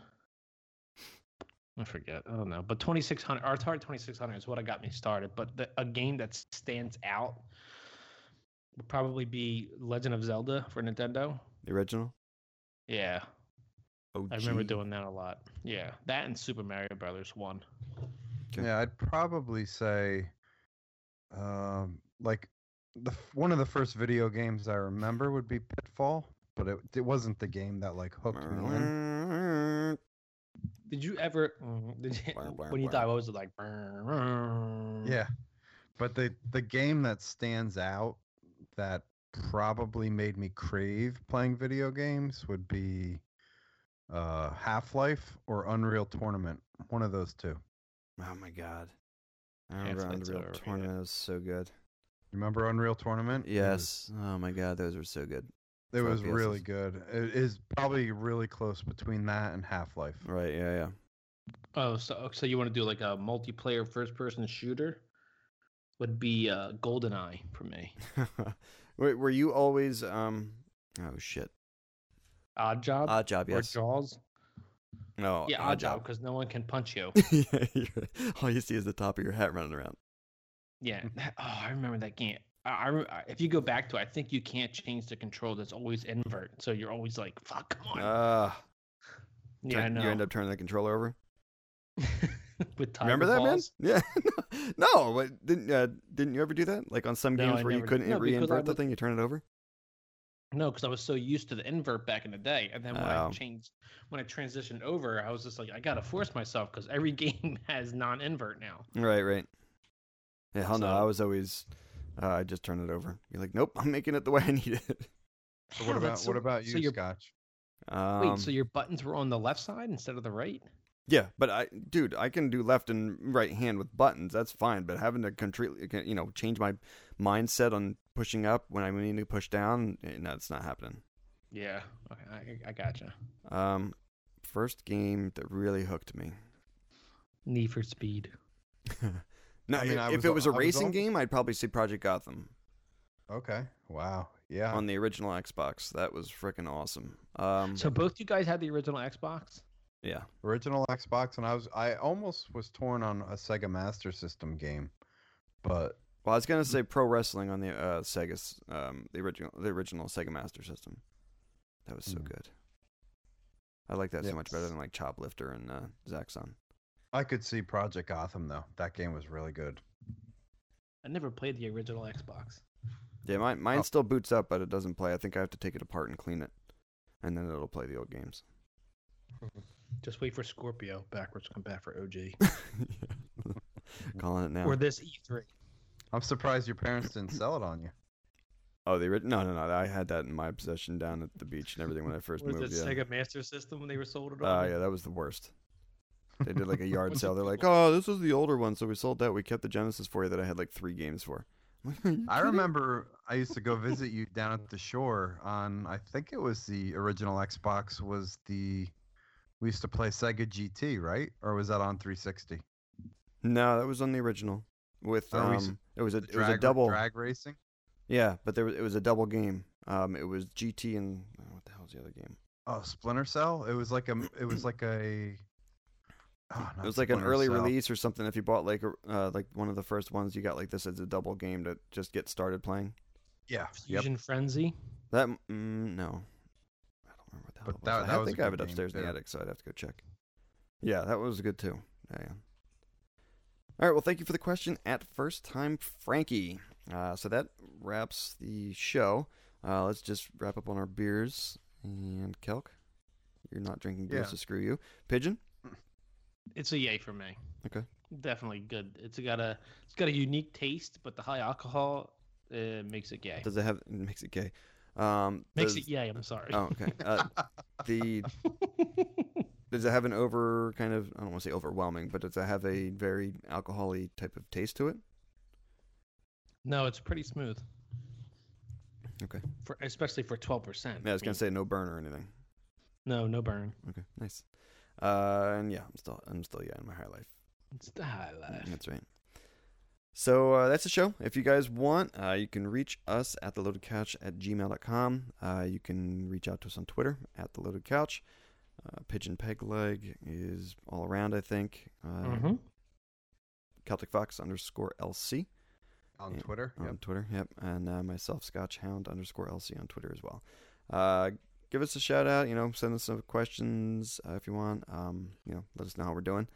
D: I forget. I don't know. But 2600 or Atari 2600 is what got me started. But the, a game that stands out would probably be Legend of Zelda for Nintendo.
C: The original.
D: Yeah,
C: Oh,
D: I remember doing that a lot. Yeah, that and Super Mario Brothers one.
C: Okay.
A: Yeah, I'd probably say, um, like the f- one of the first video games I remember would be Pitfall, but it it wasn't the game that like hooked me
C: Mm.
A: in.
D: Did you ever? mm, Did you,
C: Wah, wah,
D: when you
C: wah.
D: die, what was it like? Yeah.
A: Yeah, but the the game that stands out that probably made me crave playing video games would be uh Half-Life or Unreal Tournament, one of those two.
C: Oh my god. I
D: it's-
C: remember
D: it's
C: Unreal
D: overrated.
C: Tournament was so good.
A: You remember Unreal
D: Mm-hmm.
A: Tournament? It was-
C: Yes. Oh my god, those were so good.
A: It
C: for
A: was really
C: FPSs.
A: good. It is probably really close between that and Half-Life.
C: Right, yeah, yeah.
D: Oh, so so you want to do like a multiplayer first-person shooter? Would be uh, GoldenEye for me.
C: [laughs] Wait, were you always um oh shit.
D: Odd Job
C: Odd job,
D: or
C: yes. Oh,
D: Jaws?
C: no.
D: yeah, Odd Job because no one can punch
C: [laughs]
D: you.
C: Yeah, you're- [laughs] All you see is the top of your hat running around.
D: yeah. that- Oh, I remember that game. I, I re- I- if you go back to, it, I think you can't change the control. That's always invert, so you're always like, "Fuck, come on."
C: Ah,
D: yeah, I
C: turn-
D: know.
C: you end up turning the controller over.
D: [laughs] with tiger
C: Remember that,
D: balls.
C: man? Yeah. [laughs] no, what, didn't uh, didn't you ever do that? Like on some
D: No,
C: games
D: I
C: where you
D: never did.
C: couldn't
D: No, because I
C: re-invert the
D: would-
C: thing, you turn it over.
D: No, because I was so used to the invert back in the day, and then when
C: Oh.
D: I changed, when I transitioned over, I was just like, I gotta force myself because every [laughs] game has non-invert now.
C: Right, right. Yeah, hell no. I
D: So-
C: [laughs] was always, uh, I just turn it over. You're like, nope, I'm making it the way I need it.
A: So what
D: Wow,
A: about
D: that's
A: what
D: so-
A: about
D: so
A: you,
D: your-
A: Scotch?
C: Um,
D: Wait, so your buttons were on the left side instead of the right?
C: Yeah, but I, dude, I can do left and right hand with buttons. That's fine. But having to completely, you know, change my mindset on pushing up when I need to push down, eh, no, it's not happening.
D: Yeah. Okay, I, I gotcha.
C: Um, first game that really hooked me.
D: Need for Speed.
C: No,
A: I mean,
C: if,
A: I
C: if
A: was
C: it
A: al-
C: was a
A: I was
C: racing
A: al-
C: game, I'd probably say Project Gotham
A: Okay. Wow. Yeah.
C: on the original Xbox. That was freaking awesome. Um,
D: So both you guys had the original Xbox?
C: yeah,
A: original Xbox, and I was I almost was torn on a Sega Master System game, but
C: well, I was gonna
A: Mm.
C: say pro wrestling on the uh, Sega's, um, the original, the original Sega Master System. That was so
A: Mhm.
C: good. I like that
A: Yeah.
C: so much better than like Choplifter and uh, Zaxxon.
A: I could see Project Gotham though. That game was really good.
D: I never played the original Xbox.
C: Yeah, mine mine
A: Oh.
C: still boots up, but it doesn't play. I think I have to take it apart and clean it, and then it'll play the old games.
D: Just wait for Scorpio backwards come back for OG.
C: Calling it now.
D: Or this E E3.
A: I'm surprised your parents didn't sell it on you.
C: oh, they writ- no no no. I had that in my possession down at the beach and everything when I first
D: Was
C: moved.
D: it
C: yeah.
D: Sega Master System when they were sold it
C: Oh,
D: on?
C: yeah, that was the worst. They
A: [laughs]
C: did like a yard
D: Once
C: sale.
D: you
C: They're like,
D: pull-
C: oh, this is the older one, so we sold that. We kept the Genesis for you that I had like three games for. [laughs] I'm like, "Are you
A: I
C: kidding?"
A: remember I used to go visit you down at the shore on I think it was the original Xbox was the we used to play Sega GT, right? Or was that on 360?
C: No, that was on the original. With
A: Oh, we s-
C: um, it was a
A: The
C: it was a double.
A: drag racing.
C: Yeah, but there was it was a double game. Um, it was GT and oh, what the hell's the other game?
A: Oh, Splinter Cell. It was like a it was like a oh,
C: it
A: not
C: was like an
A: Splinter
C: early
A: Cell.
C: release or something. If you bought like a, uh, like one of the first ones, you got like this as a double game to just get started playing.
A: Yeah. Yep.
D: Fusion Frenzy.
C: That mm, no, I don't remember what the hell.
A: But
C: it was.
A: that-
C: I
A: that
C: have-
A: was a
C: think I have it
A: good game,
C: upstairs in the
A: too.
C: attic, so I'd have to go check. Yeah, that was good too. Yeah. yeah. All right. Well, thank you for the question. At first time, Frankie. Uh, so that wraps the show. Uh, let's just wrap up on our beers and kelk. You're not drinking beers,
A: Yeah.
C: so screw you. Pigeon.
D: It's a yay for me.
C: Okay.
D: Definitely good. It's got a it's got a unique taste, but the high alcohol uh, makes it yay.
C: Does it have? Makes it gay. Um,
D: Makes
C: does-
D: it yay. I'm sorry.
C: Oh, okay. Uh, the does it have an over kind of I don't want to say overwhelming, but does it have a very alcoholy type of taste to it?
D: no, it's pretty smooth.
C: Okay.
D: For especially for 12%.
C: Yeah, I was gonna say no burn or anything.
D: No, no burn.
C: Okay, nice. Uh, and yeah, I'm still I'm still yeah in my high life.
D: It's ah, the high life.
C: That's right. So uh, that's the show. If you guys want, uh, you can reach us at the loaded couch at gmail.com. Uh, you can reach out to us on Twitter at the loaded couch. Uh, Pigeon Peg Leg is all around, I think. Uh,
D: Mhm.
C: Celtic Fox underscore LC.
A: on
C: Yeah.
A: Twitter.
C: on
A: Yep.
C: Twitter. Yep, and uh, myself, Scotch Hound underscore LC on Twitter as well. Uh, give us a shout out. You know, send us some questions uh, if you want. Um, you know, let us know how we're doing,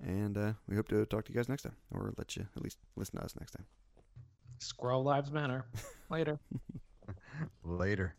C: and uh, we hope to talk to you guys next time, or let you at least listen to us next time.
D: Squirrel Lives Matter. Later.
A: Later.